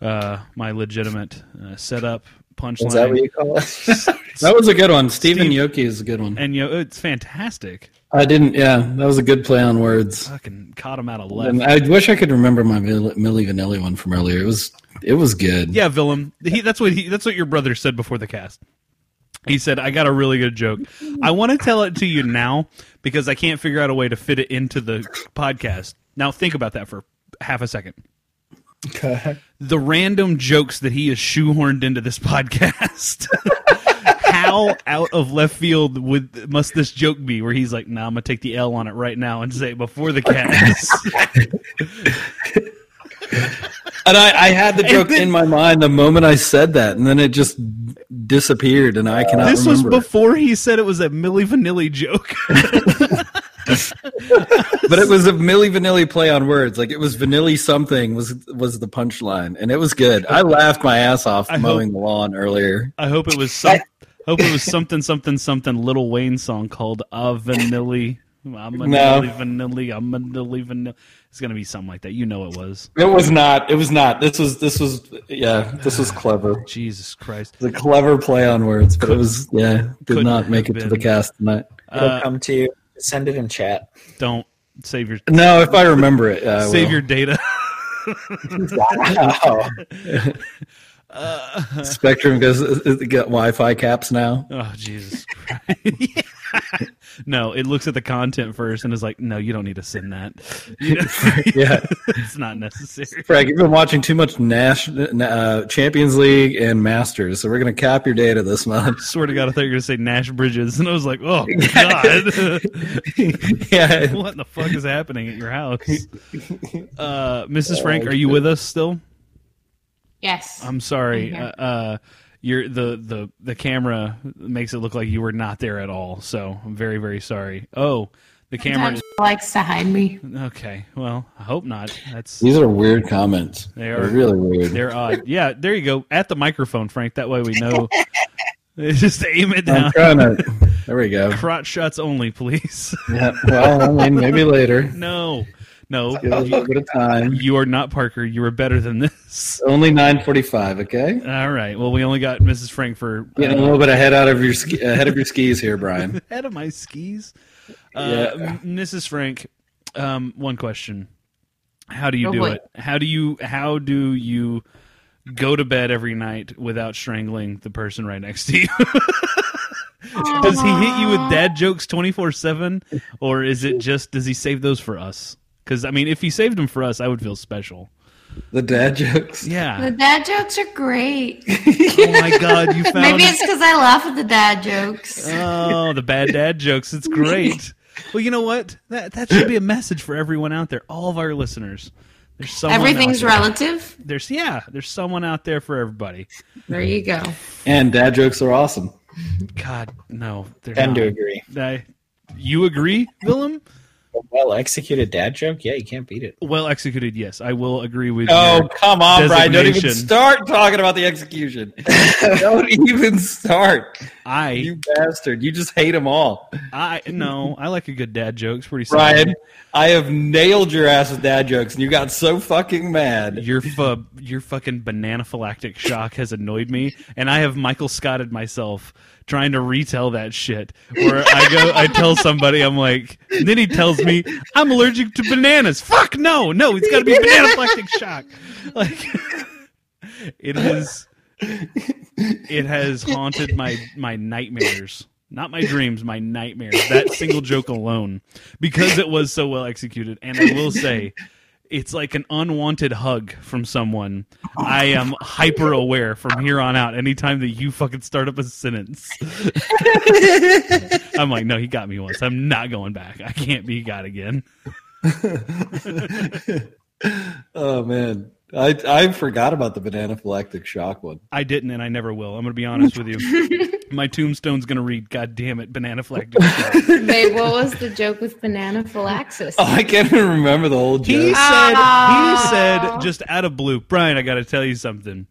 S1: Uh, my legitimate uh, setup
S4: Is that what
S1: punchline.
S4: you call it? *laughs*
S2: That was a good one. Stephen
S1: Steve-
S2: Yoki is a good one.
S1: *laughs* And you know, it's fantastic.
S2: I didn't. Yeah, that was a good play on words.
S1: Fucking caught him out of left.
S2: And I wish I could remember my Mil- Milli Vanilli one from earlier. It was it was good.
S1: Yeah, Willem. He, that's what he, that's what your brother said before the cast. He said, "I got a really good joke. I want to tell it to you now because I can't figure out a way to fit it into the podcast." Now think about that for half a second. The random jokes that he has shoehorned into this *laughs* podcast. How out of left field would must this joke be? Where he's like, "Nah, I'm gonna take the L on it right now and say it before the cast."
S2: And I, I had the joke
S1: then-
S2: in my mind the moment I said that, and then it just disappeared, and *laughs* I cannot.
S1: Uh, this was
S2: remember
S1: *laughs*
S2: it.
S1: before he said it was a Milli Vanilli joke.
S2: but it was a Milli Vanilli play on words. Like it was Vanilli something was was the punchline, and it was good. I laughed my ass off
S1: I
S2: mowing the lawn earlier.
S1: I hope it was some, hope it was something something something Little Wayne song called "A Vanilli." I'm a
S2: No.
S1: vanilli, vanilli, I'm a vanilli, vanilli. It's gonna be something like that. You know it was.
S2: It was not. It was not. This was. This was. Yeah. This was clever.
S1: Jesus Christ.
S2: The clever play on words, but it was. Yeah. Did
S1: couldn't
S2: not make
S1: have
S2: it to the
S1: been.
S2: cast tonight.
S4: It'll
S1: Uh,
S4: come to you. Send it in chat.
S1: don't save your
S2: No, if I remember it, I
S1: save
S2: will.
S1: your data. *laughs*
S4: Wow.
S2: *laughs*
S1: Uh,
S2: Spectrum goes. It got Wi-Fi caps now.
S1: oh Jesus Christ. *laughs* No, it looks at the content first and is like, no, you don't need to send that.
S2: *laughs*
S1: You know?
S2: Yeah.
S1: *laughs* it's not necessary.
S2: Frank, you've been watching too much Nash, uh, Champions League and Masters, so we're going to cap your data
S1: *laughs*
S2: this month.
S1: Swear to God, I thought you were going to say Nash Bridges, and I was like,
S2: *laughs*
S1: "Oh God, *laughs*
S2: yeah,
S1: what the fuck is happening at your house?" Uh, Mrs. Frank, are you with us still?
S5: Yes.
S1: I'm sorry.
S5: I'm
S1: Uh,
S5: here.
S1: uh, your the the the camera makes it look like you were not there at all. So I'm very very sorry. Oh, the camera.
S5: Sometimes she likes to hide me.
S1: Okay. Well, I hope not. That's
S2: these are weird comments.
S1: They
S2: They
S1: are.
S2: are really weird.
S1: they're odd. Yeah. There you go. At the microphone, Frank. That way we
S5: *laughs*
S1: know. *laughs* Just aim it down.
S2: I'm trying
S1: *laughs*
S2: to. There we go.
S1: Crotch shots only, please. *laughs*
S2: Yeah, well, I mean, maybe later.
S1: no, no.
S2: Give it a little bit of time.
S1: You are not Parker. You are better than this.
S2: Only nine forty-five. Okay,
S1: All right. Well, we only got Mrs. Frank for uh, *laughs*
S2: getting a little bit ahead out of your ski, ahead of your skis here, Brian.
S1: head of my skis. Uh,
S2: Yeah.
S1: M- Mrs. Frank, um, one question: How do you
S5: Oh,
S1: do
S5: boy.
S1: it? How do you how do you go to bed every night without strangling the person right next to you? *laughs* does he hit you with dad jokes twenty four seven, or is it just does he save those for us? Because I mean, if he saved them for us, I would feel special.
S2: The dad jokes.
S5: The
S1: Yeah.
S5: dad jokes are great.
S1: oh my God, you found
S5: Maybe it's because I laugh at the dad jokes.
S1: Oh, the bad dad jokes. It's great. Well, you know what? That that should be a message for everyone out there, all of our listeners. There's someone
S5: Everything's
S1: out there.
S5: relative.
S1: There's yeah, there's someone out there for everybody.
S5: There you go.
S2: And dad jokes are awesome.
S1: God, no. They're
S4: Tend to
S1: not.
S4: agree.
S1: I- you agree, Willem?
S4: Well executed dad joke. Yeah, you can't
S1: *laughs*
S4: beat it.
S1: Well executed, yes. I will agree with
S2: Oh
S1: your-
S2: come on, Brian! Don't even
S1: Designation.
S2: start talking about the
S4: *laughs*
S2: execution. don't even start,
S1: I
S2: you bastard! You just hate them all,
S1: I no, I like a good dad joke. It's pretty solid.
S2: Brian. I have nailed your ass with dad jokes, and you got so fucking mad.
S1: Your fu- your fucking bananaphylactic shock has annoyed me, and I have Michael Scotted myself trying to retell that shit. Where I go, I tell somebody, I'm like, and then he tells me I'm allergic to bananas. Fuck no, no, it's got to be bananaphylactic shock. Like *laughs* it is, it has haunted my my nightmares. Not my dreams, my nightmares. That single joke alone, because it was so well executed. And I will say, it's like an unwanted hug from someone. I am hyper aware from here on out. Anytime that you fucking start up a sentence, I'm like, no, he got me once. I'm not going back. I can't be got again.
S2: oh man, I I forgot about the banana phylactic shock one. *laughs*
S1: I didn't, and I never will. I'm gonna be honest with you. My tombstone's gonna read, "God damn it, banana
S3: *laughs*
S1: flag."
S3: Babe, what was the joke with banana phylaxis?
S2: Oh, I can't even remember the whole
S1: He
S2: joke.
S1: said, he said
S5: Oh.
S1: just out of blue, Brian, I got to tell you something.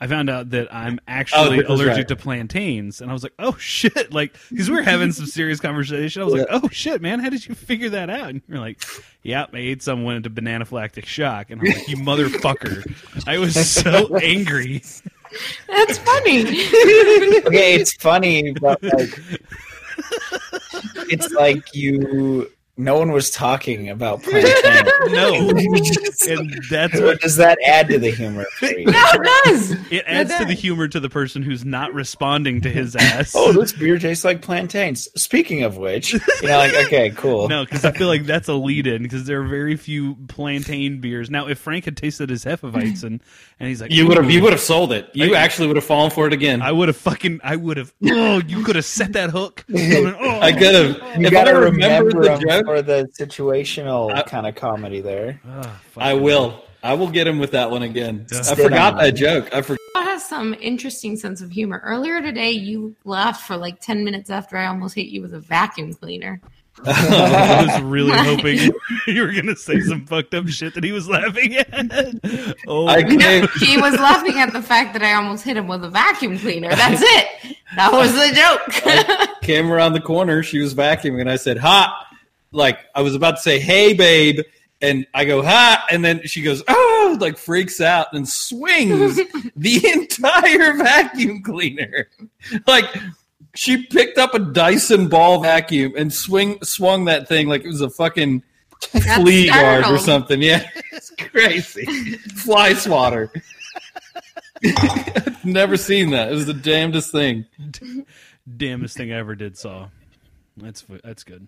S1: I found out that I'm
S2: Oh,
S1: actually
S2: this is
S1: allergic
S2: right.
S1: to plantains. And I was like, oh shit. Like, because we were having some serious conversation. I was like, oh shit, man, how did you figure that out? And you're like, yeah, I ate some, went into bananaphylactic shock. And I'm like, you motherfucker. I was so angry.
S5: *laughs*
S1: *laughs*
S5: That's funny. *laughs*
S4: Okay, it's funny, but like it's like you no one was talking about plantain.
S5: *laughs*
S1: No. And that's
S4: So
S1: what
S4: does that add to the humor for you?
S5: No, it does.
S1: it adds to the
S5: does.
S1: humor to the person who's not responding to
S2: *laughs*
S1: his ass.
S4: *laughs* Oh, this beer tastes like plantains. Speaking of which, you know, *laughs* like okay, cool.
S1: No, because I feel like that's a lead in because there are very few plantain beers. Now, if Frank had tasted his Hefeweizen and he's like,
S2: You would have you would have sold it. You actually would have fallen for it again.
S1: I would have fucking, I would have, oh, you could have set that hook. Oh,
S2: *laughs* I could have. If
S4: You
S2: I
S4: gotta
S2: remembered
S4: remember
S2: the
S4: the
S2: joke,
S4: or the situational
S1: Uh,
S2: I-
S4: kind of comedy there.
S1: Ah, fuck.
S2: I will. I will get him with that one again. I
S4: Sit
S2: forgot
S4: on it.
S2: that joke. I forgot.
S5: Paul has some interesting sense of humor. Earlier today, you laughed for like 10 minutes after I almost hit you with a vacuum cleaner.
S1: *laughs* I was really hoping *laughs* you were gonna say some fucked up shit that he was laughing at. *laughs* Oh,
S2: I
S5: No,
S2: can't.
S5: *laughs* he was laughing at the fact that I almost hit him with a vacuum cleaner. That's it. That
S2: *laughs*
S5: was the joke.
S2: came around the corner. She was vacuuming, and I said, "Ha!" Like I was about to say, "Hey, babe," and I go, "Ha!" And then she goes, "Oh!" Like freaks out and swings the entire vacuum cleaner. Like she picked up a Dyson ball vacuum and swing swung that thing like it was a fucking
S5: got
S2: flea guard or
S5: startled.
S2: something. Yeah, it's crazy. Fly swatter. *laughs* I've never seen that. It was the damnedest thing.
S1: damnest thing I ever did saw. That's fu- that's good.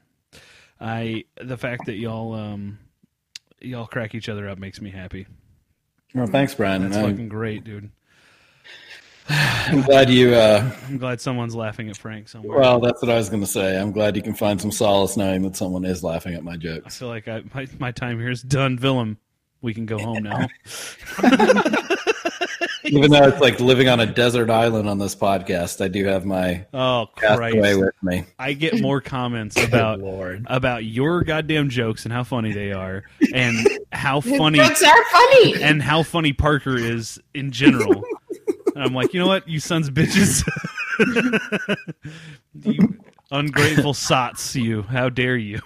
S1: I the fact that y'all um y'all crack each other up makes me happy.
S2: Well, thanks, Brian.
S1: That's
S2: I-
S1: fucking great, dude.
S2: I'm glad you. Uh,
S1: I'm glad someone's laughing at Frank somewhere.
S2: well, that's what I was going to say. I'm glad you can find some solace knowing that someone is laughing at my
S1: I *laughs*
S2: jokes.
S1: feel like I, my my time here is done. Willem, we can go home
S2: *laughs*
S1: now.
S2: Even though it's like living on a desert island on this podcast, I do have my
S1: Oh
S2: castaway
S1: Christ!
S2: with
S1: *laughs*
S2: me.
S1: I get more comments
S2: *laughs* Good
S1: about
S2: Lord.
S1: about your goddamn jokes and how funny they are, and
S2: *laughs*
S1: how
S5: His
S1: funny
S5: jokes are funny.
S1: and how funny Parker is in general. and I'm like, you know what, you sons of bitches, *laughs* you ungrateful sots, you! How dare you?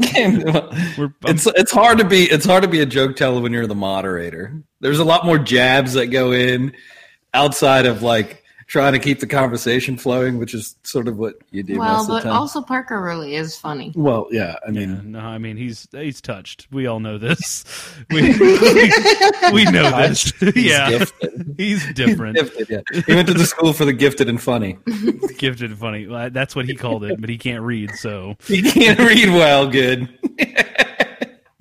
S1: We're I'm-
S2: it's it's hard to be it's hard to be a joke teller when you're the moderator. There's a lot more jabs that go in outside of like trying to keep the conversation flowing, which is sort of what you do
S5: well,
S2: most of
S5: but
S2: the time.
S5: also Parker really is funny.
S2: well, yeah, I mean,
S1: Yeah, no, I mean he's he's touched. We all know this. *laughs* We we, we know this. *laughs*
S2: he's
S1: yeah,
S2: gifted.
S1: he's different,
S2: Gifted, yeah. He went to the school for the gifted and funny.
S1: gifted, and funny. Well, That's what he called it, but he can't read, so
S2: *laughs* He can't read well, good,
S1: oh,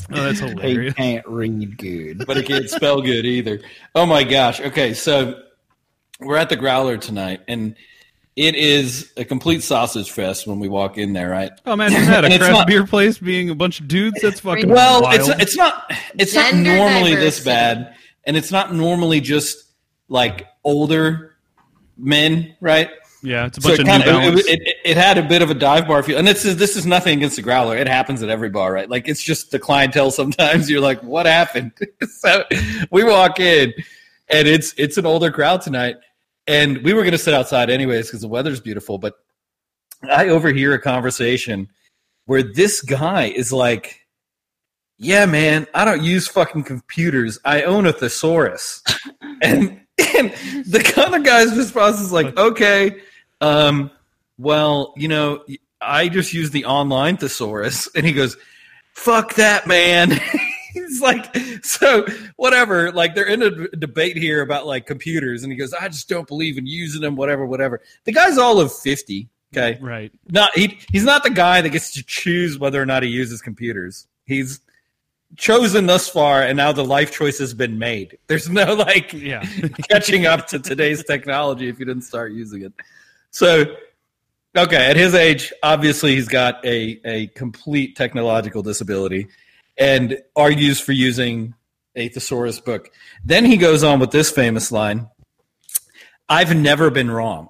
S1: that's
S4: He
S1: hilarious.
S4: can't read good.
S2: but he can't spell good either. Oh my gosh. Okay, so we're at the Growler tonight, and it is a complete sausage fest when we walk in there, right?
S1: Oh, imagine that a
S2: *laughs* It's
S1: craft
S2: not-
S1: beer place being a bunch of dudes. That's fucking
S2: Well,
S1: wild.
S2: it's it's not it's not
S5: Gender
S2: normally this
S5: diversity.
S2: bad, and it's not normally just like older men, right?
S1: yeah, it's a
S2: So
S1: bunch
S2: it,
S1: of new
S2: kind of,
S1: balance.
S2: it, it, it had a bit of a dive bar feel, and this is this is nothing against the growler. It happens at every bar, right? Like it's just the clientele. Sometimes *laughs* you're like, "What happened?" *laughs* so we walk in, and it's it's an older crowd tonight, and we were going to sit outside anyways because the weather's beautiful. But I overhear a conversation where this guy is like, "Yeah, man, I don't use fucking computers. I own a thesaurus," *laughs* and and the other guy's response is like, "Okay." Um, well, you know, I just use the online thesaurus. And he goes, fuck that, man. *laughs* He's like, so whatever. Like, they're in a d- debate here about like computers. And he goes, I just don't believe in using them, whatever, whatever. The guy's all of 50. Okay.
S1: right.
S2: Not, he, he's not the guy that gets to choose whether or not he uses computers. He's chosen thus far, and now the life choice has been made. There's no *laughs* like,
S1: Yeah.
S2: *laughs* catching up to today's technology if you didn't start using it. So, okay, at his age, obviously he's got a, a complete technological disability and argues for using a thesaurus book. Then he goes on with this famous line I've never been wrong.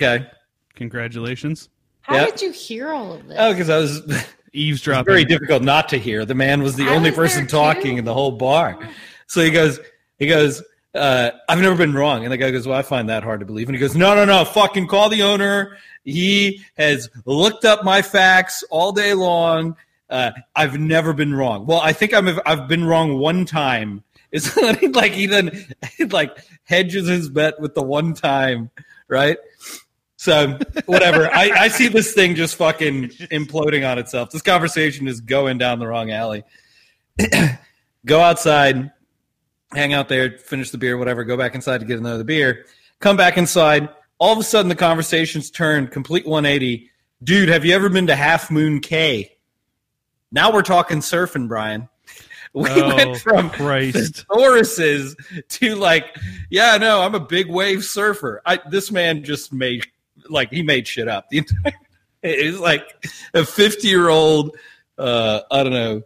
S2: Okay.
S1: Congratulations.
S3: How
S2: Yeah.
S3: did you hear all of this?
S2: Oh, because I was
S1: Eavesdropping.
S2: very difficult not to hear. The man was the
S5: I
S2: only
S5: was there
S2: person talking
S5: too.
S2: in the whole bar. So he goes, he goes, uh, I've never been wrong. And the guy goes, Well, I find that hard to believe. And he goes, No, no, no, fucking call the owner. He has looked up my facts all day long. Uh, I've never been wrong. Well, I think I'm I've been wrong one time. It's *laughs* like he then like hedges his bet with the one time, right? So whatever. I, I see this thing just fucking imploding on itself. This conversation is going down the wrong alley. *clears throat* Go outside, hang out there, finish the beer, whatever, go back inside to get another beer, come back inside. All of a sudden, the conversation's turned complete 180. Dude, have you ever been to Half Moon K? Now we're talking surfing, Brian. *laughs* We
S1: Oh,
S2: went from *laughs*
S1: Christ.
S2: Tauruses to like, yeah, no, I'm a big wave surfer. I this man just made like he made shit up. *laughs* The entire it was like a 50 year old uh I don't know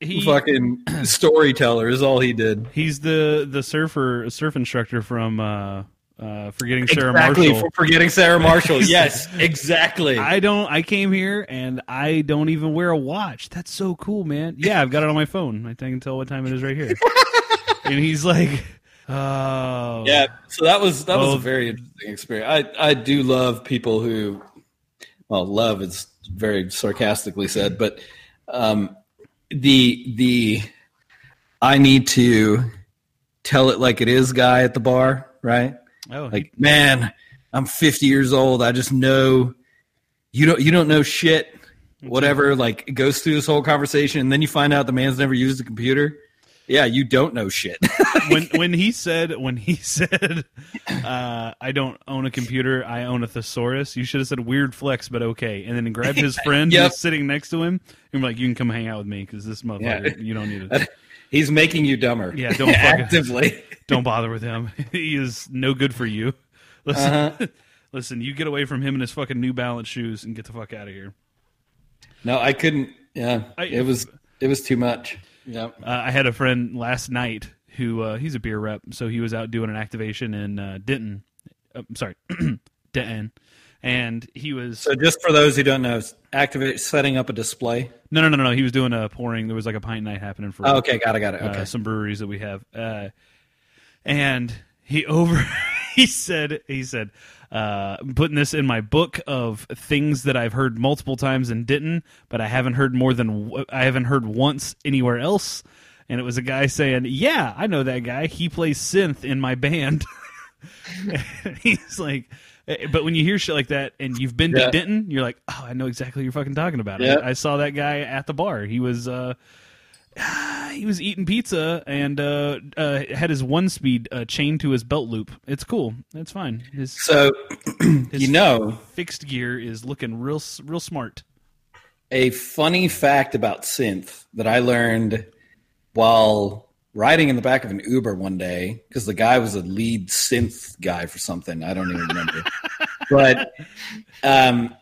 S1: He, *clears throat*
S2: fucking storyteller is all he did.
S1: he's the the surfer surf instructor from uh uh, for getting Sarah
S2: Exactly
S1: Marshall.
S2: for forgetting
S1: *laughs*
S2: Sarah Marshall. yes, exactly. *laughs*
S1: I don't. I came here and I don't even wear a watch. That's so cool, man. Yeah, I've got it on my phone. I can tell what time it is right
S2: *laughs*
S1: here. and he's like, "Oh,
S2: yeah. So that was that was
S1: Oh.
S2: a very interesting experience. I I do love people who, well, love is very sarcastically said, but um, the the I need to tell it like it is guy at the bar, right?
S1: oh, he-
S2: like *laughs* man i'm 50 years old i just know you don't you don't know shit whatever like it goes through this whole conversation and then you find out the man's never used a computer yeah you don't know shit
S1: when when he said when he *laughs* said uh, I don't own a computer, I own a thesaurus. You should have said weird flex, but okay. And then grabbed
S2: *laughs*
S1: his friend who
S2: Yep.
S1: was sitting next to him and be like, "You can come hang out with me because this motherfucker, you don't need it.
S2: he's making you dumber
S1: Yeah, don't fucking
S2: actively
S1: don't bother with him. *laughs* he is no good for you. *laughs* Listen,
S2: Uh-huh.
S1: *laughs* listen, you get away from him and his fucking New Balance shoes and get the fuck out of here."
S2: no i couldn't yeah
S1: I-
S2: it was it was too much yeah
S1: Uh, I had a friend last night who uh, he's a beer rep, so he was out doing an activation in uh, Denton. Uh, I'm sorry, *clears throat* Denton, and he was
S2: so just for those who don't know activate setting up a display
S1: no, no, no, no. He was doing a pouring. There was like a pint night happening for
S2: oh, okay got it got it
S1: uh,
S2: okay
S1: some breweries that we have. Uh, and he *laughs* over he said he said uh, "I'm putting this in my book of things that I've heard multiple times and didn't, but I haven't heard more than w- I haven't heard once anywhere else. And it was a guy saying, "Yeah, I know that guy. He plays synth in my band." *laughs* He's like. eh, But when you hear shit like that, and you've been to
S2: Yeah.
S1: Denton, you're like, "Oh, I know exactly what you're fucking talking about." I-
S2: Yeah.
S1: I saw that guy at the bar. He was uh, he was eating pizza and uh, uh, had his one speed uh, chained to his belt loop. It's cool. It's fine. His
S2: so *clears throat* you know
S1: fixed gear is looking real, s- real smart.
S2: a funny fact about synth that I learned while riding in the back of an Uber one day because the guy was a lead synth guy for something I don't even
S1: *laughs*
S2: remember. but um,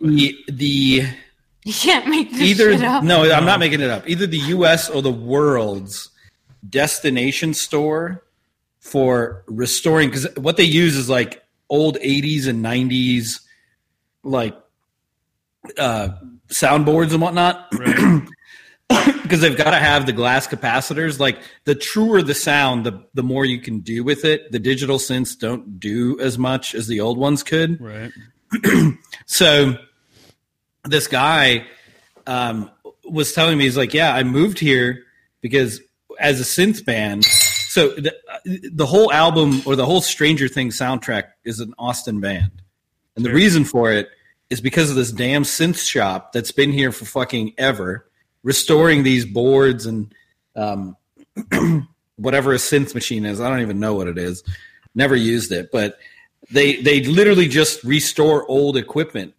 S2: the the
S5: *laughs* You can't make this
S2: either
S5: shit up.
S2: no, I'm not making it up. Either the U.S. or the world's destination store for restoring because what they use is like old 80s and 90s like uh, soundboards and whatnot *clears throat* because they've got to have the glass capacitors. Like the truer the sound, the the more you can do with it. The digital synths don't do as much as the old ones could.
S1: Right.
S2: So this guy um, was telling me, he's like, yeah, I moved here because as a synth band. So the, the whole album or the whole Stranger Things soundtrack is an Austin band. And the reason for it is because of this damn synth shop that's been here for fucking ever, restoring these boards and um, *clears throat* whatever a synth machine is. I don't even know what it is. Never used it, but they they literally just restore old equipment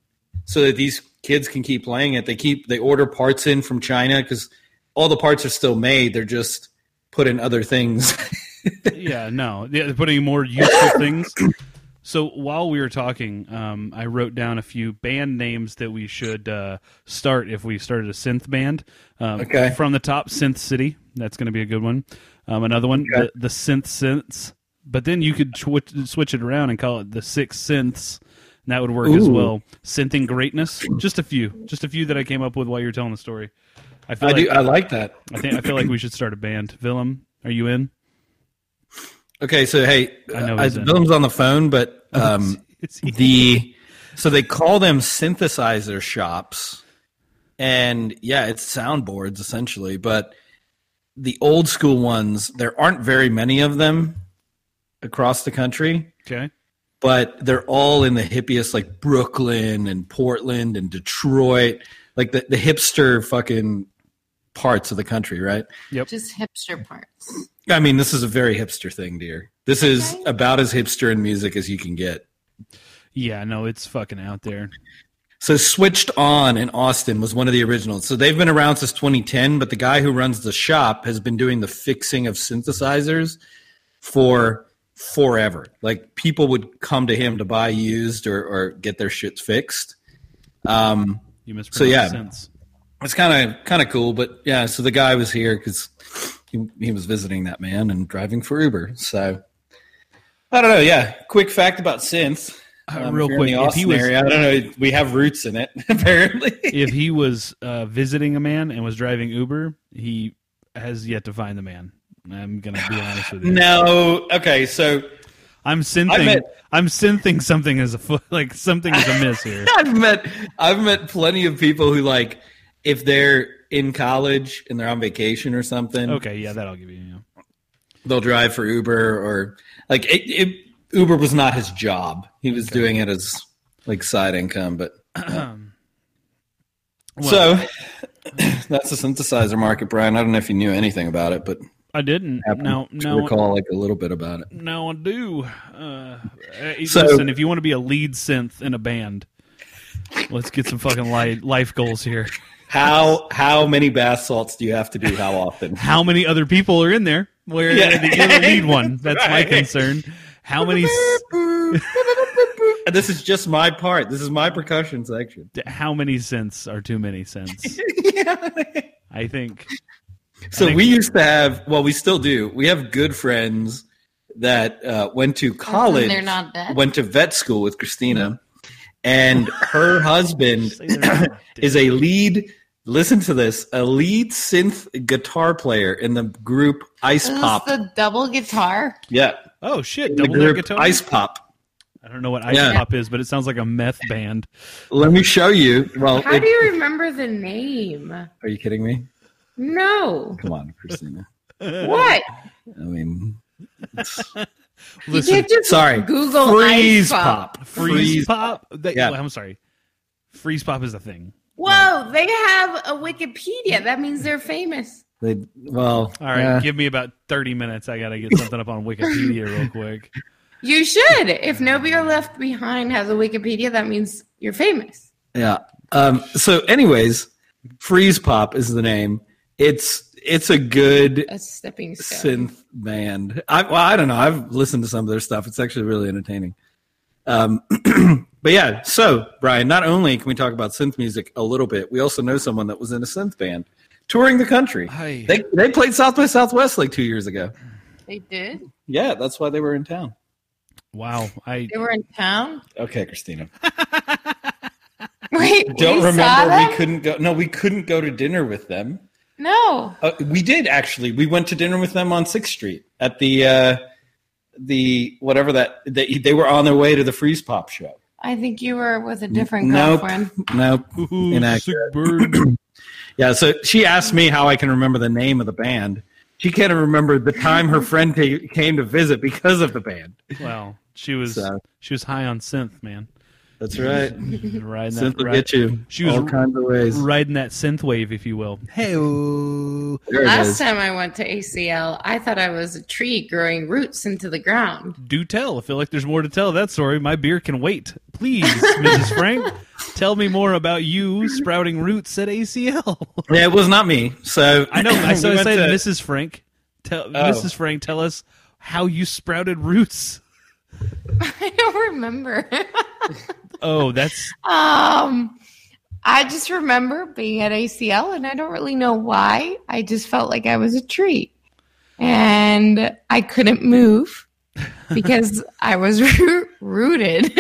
S2: so that these kids can keep playing it. They keep they order parts in from China because all the parts are still made. They're just put in other things. *laughs*
S1: yeah, no. Yeah, they're putting more useful things. So while we were talking, um, I wrote down a few band names that we should uh, start if we started a synth band. Um,
S2: Okay.
S1: From the top, Synth City. That's going to be a good one. Um, another one,
S2: Okay.
S1: the, the Synth Synths. But then you could switch switch it around and call it the Six Synths. And that would work as
S2: Ooh.
S1: well. Synthing greatness. Just a few. Just a few that I came up with while you were telling the story. I feel
S2: I
S1: like
S2: do I like that.
S1: I think I feel like we should start a band. Willem, are you in?
S2: Okay, so hey,
S1: I know
S2: uh,
S1: he's in. Oh,
S2: Willem's on the phone, but
S1: *laughs*
S2: um,
S1: Is he-
S2: the so they call them synthesizer shops, and yeah, it's soundboards essentially. But the old school ones, there aren't very many of them across the country,
S1: okay.
S2: but they're all in the hippiest, like Brooklyn and Portland and Detroit, like the, the hipster fucking parts of the country, right?
S5: Just hipster parts.
S2: I mean, this is a very hipster thing, dear. This is
S5: Okay.
S2: about as hipster in music as you can get.
S1: Yeah, no, it's fucking out there.
S2: So Switched On in Austin was one of the originals. So they've been around since 2010, but the guy who runs the shop has been doing the fixing of synthesizers for forever. Like people would come to him to buy used or, or get their shits fixed. Um,
S1: You mispronounced
S2: yeah.
S1: sense.
S2: it's kind of kind of cool, but yeah. So the guy was here because he, he was visiting that man and driving for Uber. So I don't know. Yeah, quick fact about synths.
S1: Uh,
S2: Um,
S1: real
S2: if you're in
S1: quick,
S2: the
S1: if he
S2: Austin
S1: was
S2: area, I don't know. We have roots in it *laughs* apparently.
S1: if he was uh, visiting a man and was driving Uber, he has yet to find the man. I'm gonna be honest with you.
S2: no. Okay. So
S1: I'm
S2: I
S1: synthing.
S2: met-
S1: I'm synthing something is a *laughs* like something is amiss
S2: *laughs*
S1: here.
S2: I've met I've met plenty of people who like if they're in college and they're on vacation or something,
S1: Okay, yeah, that I'll give you. yeah.
S2: they'll drive for Uber or like it, it, Uber was not his job. He was doing it as like side income, but
S1: Well,
S2: so *clears throat* that's the synthesizer market, Brian. I don't know if you knew anything about it, but
S1: I didn't.
S2: I happen
S1: No,
S2: to
S1: no,
S2: recall like a little bit about it.
S1: no, I do. Uh, hey,
S2: So-
S1: listen, if you want to be a lead synth in a band, let's get some fucking li- life goals here.
S2: How how many bath salts do you have to do? How
S5: *laughs*
S2: often?
S1: How many other people are in there? Where
S2: Yeah.
S1: do you
S2: *laughs*
S1: need one? That's my
S2: Right.
S1: concern. How many?
S2: *laughs*
S1: s-
S2: And this is just my part. This is my percussion section.
S1: How many synths are too many
S2: *laughs*
S1: synths? I think.
S2: So
S1: think-
S2: we used to have, well, we still do. We have good friends that uh, went to college,
S5: they're not dead.
S2: went to vet school with Christina, and
S1: *laughs*
S2: her husband
S1: *coughs*
S2: is a lead. Listen to this: a lead synth guitar player in the group Ice
S5: Is this
S2: Pop.
S5: the double guitar?
S2: yeah,
S1: Oh shit!
S2: in the
S1: Double neck
S2: group
S1: guitar.
S2: Ice Pop.
S1: I don't know what ice
S2: Yeah.
S1: pop is, but it sounds like a meth band.
S2: Let me show you. Well,
S3: How
S2: Oh, it-
S3: do you remember the name?
S2: are you kidding me? *laughs*
S3: No.
S2: Come on, Christina.
S3: What?
S2: I mean, it's-
S3: You
S1: Listen,
S3: can't just
S2: sorry.
S3: Google
S2: Freeze
S3: ice pop.
S2: pop.
S1: freeze pop. That-
S2: Yeah.
S1: I'm sorry. Freeze pop is a thing.
S3: Whoa, they have a Wikipedia. That means they're famous.
S2: They, well,
S1: All right,
S2: yeah.
S1: give me about 30 minutes. I gotta get something up on Wikipedia real
S2: *laughs*
S1: quick.
S3: You should. If Nobody Are Left Behind has a Wikipedia, that means you're famous.
S2: Yeah. Um, so, anyways, Freeze Pop is the name. It's it's a good
S3: A stepping stone.
S2: synth band. I, well, I don't know. I've listened to some of their stuff. It's actually really entertaining. Um, *clears throat* but yeah. So, Brian, not only can we talk about synth music a little bit, we also know someone that was in a synth band touring the country.
S5: Oh,
S1: Hi.
S2: They they played South by Southwest like two years ago.
S5: They did.
S2: Yeah, that's why they were in town.
S1: Wow. I
S5: They were in
S3: *laughs*
S5: town.
S2: Okay, Christina.
S5: Wait,
S2: Don't
S5: we saw
S2: remember
S5: them?
S2: we couldn't go. No, we couldn't go to dinner with them.
S5: No,
S2: Uh, we did actually. We went to dinner with them on Sixth Street at the uh, the whatever that they they were on their way to the Freeze Pop show.
S5: I think you were with a different
S2: Nope.
S5: girlfriend.
S2: No,
S1: Ooh,
S2: Inaccurate.
S1: sick bird.
S2: *coughs* yeah. So she asked me how I can remember the name of the band. She can't remember the time her friend ta- came to visit because of the band.
S1: *coughs* Wow. She was
S2: So-
S1: she was high on synth, man.
S2: That's right.
S1: Riding that,
S2: Synth will
S1: ri-
S2: get you.
S1: She was-
S2: all kinds of ways.
S1: riding that synth wave, if you will. Hey.
S2: There it
S3: Last
S2: is.
S3: time I went to ACL, I thought I was a tree growing roots into the ground. *laughs*
S1: Do tell. I feel like there's more to tell that story. My beer can wait. Please, *laughs* Mrs. Frank, tell me more about you sprouting roots at ACL.
S2: Yeah, it was not me. So
S1: I *laughs* know.
S2: *laughs*
S1: I so
S2: we
S1: I
S2: went
S1: said,
S2: to-
S1: Mrs. Frank, tell Mrs. Frank, tell us how you sprouted roots.
S5: I don't
S3: *laughs*
S5: remember.
S1: Oh, that's
S5: um, I just remember being at ACL, and I don't really know why. I just felt like I was a tree, and I couldn't move because I was *laughs* roo- rooted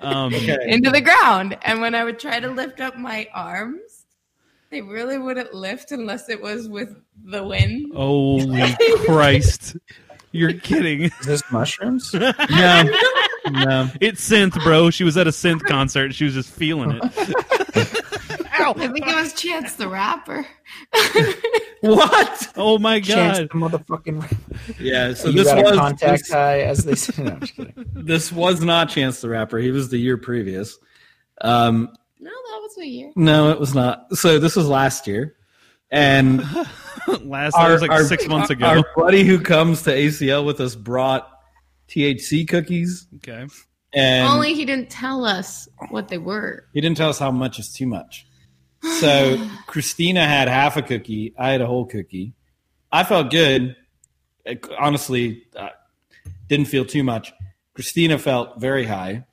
S1: um,
S5: into the ground. And when I would try to lift up my arms, they really wouldn't lift unless it was with the wind.
S1: Oh. holy Christ! You're kidding.
S4: Is this
S1: *laughs*
S4: mushrooms?
S2: No, no.
S1: It's synth, bro. She was at a synth concert. She was just feeling it.
S5: I think it was Chance the Rapper.
S2: What?
S1: Oh my
S4: Chance
S1: god!
S4: the motherfucking.
S2: Yeah. So
S4: you
S2: this
S4: got a
S2: was
S4: contact
S2: this-
S4: high, as they say. No, I'm just kidding.
S2: this was not Chance the Rapper. He was the year previous. Um,
S5: No, that was a year.
S2: no, it was not. So this was last year, and
S1: *laughs* Last that
S2: our,
S1: was like
S2: our-
S1: six months ago.
S2: our buddy who comes to ACL with us brought THC cookies,
S1: okay.
S2: *laughs*
S1: *laughs*
S2: and
S5: Only he didn't tell us what they were.
S2: he didn't tell us how much is too much. So Christina had half a cookie. I had a whole cookie. I felt good. Uh, Honestly, I didn't feel too much. Christina felt very high.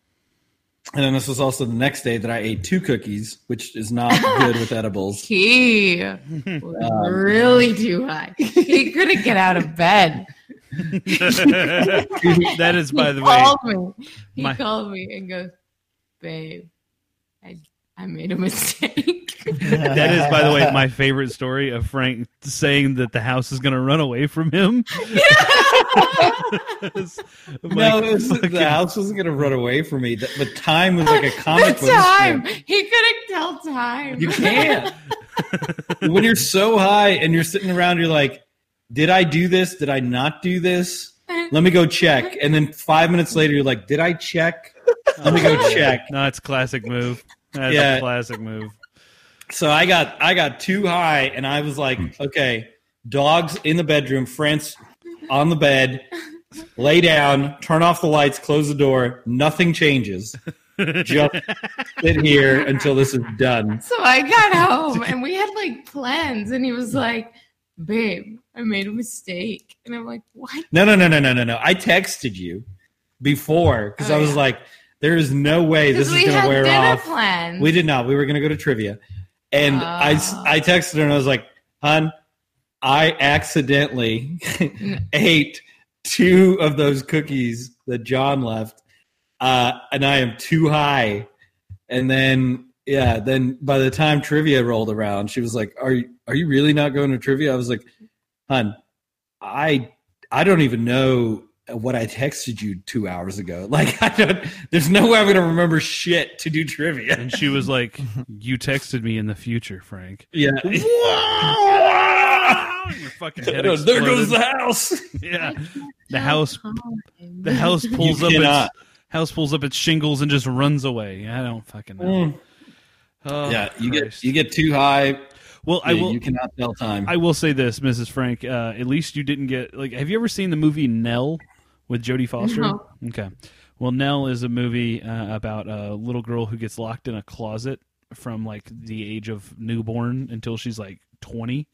S2: And then this was also the next day that I ate two cookies, which is not good with edibles.
S1: *laughs* Oh,
S5: He was really too high. He couldn't get out of bed.
S1: that is, by the
S5: he
S1: way,
S5: Called me. He
S1: my-
S5: called me and goes, babe, I, I made a
S1: *laughs*
S5: mistake.
S1: *laughs* that is, by the way,
S2: *laughs*
S1: my favorite story of Frank saying that the house is going to run away from him. *laughs* It's
S2: no,
S1: like,
S2: it was,
S1: fucking-
S2: the house wasn't going to run away from me. The, the time was like a comic
S5: *laughs* the
S2: book.
S5: time.
S2: strip.
S5: He couldn't tell time.
S2: You
S5: *laughs*
S2: can't. when you're so high and you're sitting around, you're like, did I do this? Did I not do this? Let me go check. And then five minutes later, you're like, did I check? Let me go check.
S1: No, it's a classic move. That's
S2: Yeah.
S1: a classic move.
S2: So I got I got too high and I was like, okay, dogs in the bedroom, France on the bed, lay down, turn off the lights, close the door, nothing changes. Just sit here until this is done.
S5: So I got
S2: *laughs*
S5: home and we had like plans, and he was like, babe, I made a mistake. And I'm like, what?
S2: No, no, no, no, no, no, no. I texted you before because
S5: Oh,
S2: I was
S5: yeah.
S2: like, there is no way this
S5: Because
S2: is
S5: we
S2: going to
S5: had
S2: wear
S5: dinner
S2: off.
S5: plans.
S2: We did not. We were going to go to trivia. And I, s-
S5: Oh.
S2: I texted her and I was like, hun, I accidentally ate two of those cookies that John left. Uh, and I am too high. And then, yeah, then by the time trivia rolled around, she was like, are you, are you really not going to trivia? I was like, hun, I, I don't even know what I texted you two hours ago. *laughs* Like, I don't, there's no way I'm going to remember shit to do trivia.
S1: And she was like, "You texted me in the future, Frank." *laughs*
S2: Yeah. Oh,
S1: Your fucking
S2: *laughs* there
S1: head
S2: goes *laughs*
S1: exploded.
S2: the house.
S1: Yeah, the
S2: Oh,
S5: Tell
S1: house,
S5: time.
S1: the house pulls
S2: You
S1: up its
S2: cannot.
S1: house pulls up its shingles and just runs away. I don't fucking know. Oh,
S2: yeah, you
S1: Mm. Christ.
S2: get you get too high.
S1: Well, I
S2: yeah,
S1: will.
S2: You cannot tell time.
S1: I will say this, Mrs. Frank. Uh, at least you didn't get like. Have you ever seen the movie Nell with Jodie Foster?
S5: *laughs* No.
S1: Okay. Well, Nell is a movie uh, about a little girl who gets locked in a closet from like the age of newborn until she's like twenty.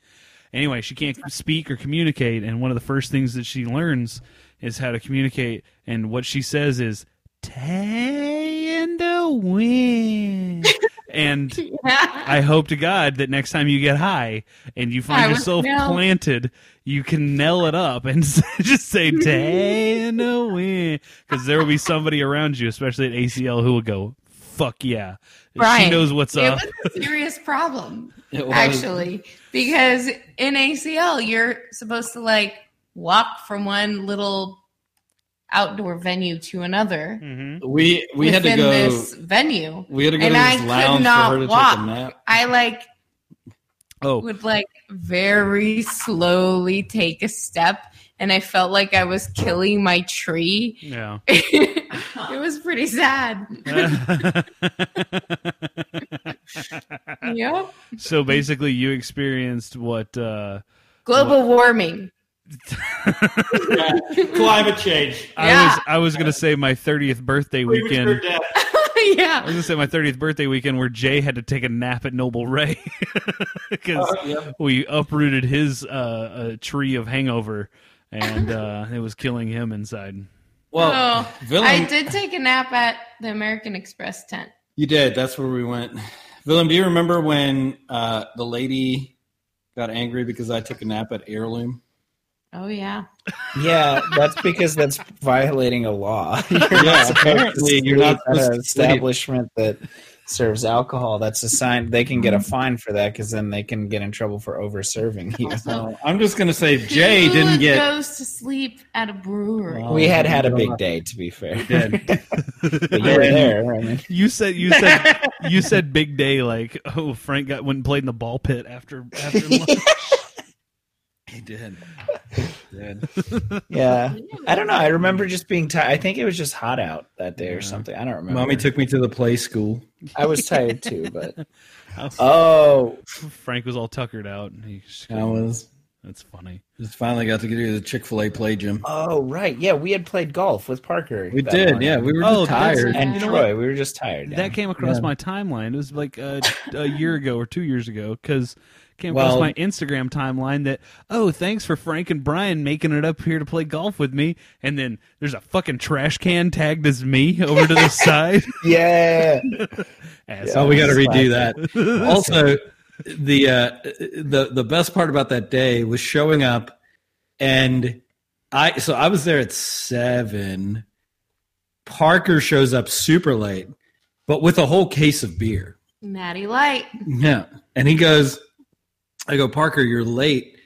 S1: Anyway, she can't speak or communicate, and one of the first things that she learns is how to communicate. And what she says is "Tay in the wind,"
S5: *laughs*
S1: and I hope to God that next time you get high and you
S5: I
S1: find
S5: will
S1: yourself
S5: knell.
S1: planted, you can knell it up and *laughs* just say "Day in the wind," because there will be somebody around you, especially at ACL, who will go "Fuck yeah!" She
S5: Brian,
S1: knows what's
S5: it
S1: up.
S5: was a serious problem,
S2: It was-
S5: actually, because in ACL, you're supposed to like walk from one little outdoor venue to another.
S1: mm-hmm.
S2: we we had to
S5: within
S2: go.
S5: this venue.
S2: we had to go
S5: and
S2: to
S5: I
S2: this
S5: could
S2: lounge for
S5: not
S2: her to
S5: walk.
S2: take a nap.
S5: I like
S1: Oh,
S5: would like very slowly take a step, and I felt like I was killing my tree. *laughs*
S1: yeah. *laughs*
S5: it was
S2: *laughs*
S5: pretty sad. Yep.
S1: so basically, you experienced what? Uh,
S5: Global warming. *laughs*
S2: Climate change.
S1: I
S5: Yeah.
S1: was I was gonna say my thirtieth birthday weekend. I was
S5: yeah.
S1: gonna say my 30th birthday weekend where Jay had to take a nap at Noble Ray *laughs* because we uprooted his uh, uh, tree of hangover and uh, it was killing him inside.
S2: Well,
S5: Oh,
S2: Willem,
S5: I did take a nap at the American Express tent.
S2: you did. That's where we went. Willem, do you remember when uh, the lady got angry because I took a nap at Heirloom?
S5: Oh yeah.
S4: Yeah, that's because that's violating a law. *laughs*
S2: yeah, apparently you're not
S4: at
S2: supposed
S4: an
S2: to sleep.
S4: establishment that serves alcohol. That's a sign they can
S2: Mm-hmm.
S4: get a fine for that because then they can get in trouble for over serving you.
S5: Also,
S2: I'm just gonna say Oh, Jay
S5: who
S2: didn't get.
S5: goes to sleep at a brewery.
S2: Well,
S4: *laughs* We had had a big day, to be fair.
S2: Did.
S4: *laughs*
S1: *laughs*
S4: But you were there. I
S2: *laughs*
S4: mean,
S1: You said you said you said big day like oh Frank got went and played in the ball pit after after lunch.
S2: He did. He did.
S4: yeah, I don't know. I remember just being tired. I think it was just hot out that day
S2: Yeah.
S4: or something. I don't remember.
S2: Mommy took me to the play school.
S4: I was tired too,
S2: *laughs*
S4: but oh,
S1: Frank was all tuckered out. And he just-
S2: I was
S1: That's funny.
S2: just finally got to go to the Chick Fil A play gym.
S4: oh, right. Yeah, we had played golf with Parker.
S2: We
S4: that
S2: did,
S4: morning.
S2: yeah. We were
S1: Oh,
S2: just
S1: that's-
S2: tired.
S4: And
S5: You know
S4: Troy, we were just tired. yeah.
S1: That came across
S2: Yeah.
S1: my timeline. It was like a, a year ago or two years ago because came across
S2: Well-
S1: my Instagram timeline that oh thanks for Frank and Brian making it up here to play golf with me, and then there's a fucking trash can tagged as me *laughs* over
S2: *laughs*
S1: to the side.
S4: yeah.
S1: Asshole.
S2: oh, we got to redo
S4: Classic.
S2: that.
S1: *laughs*
S2: also, the uh, the the best part about that day was showing up and I so I was there at seven. Parker shows up super late, but with a whole case of beer.
S5: Natty Light.
S2: Yeah. And he goes, I go, Parker, you're late.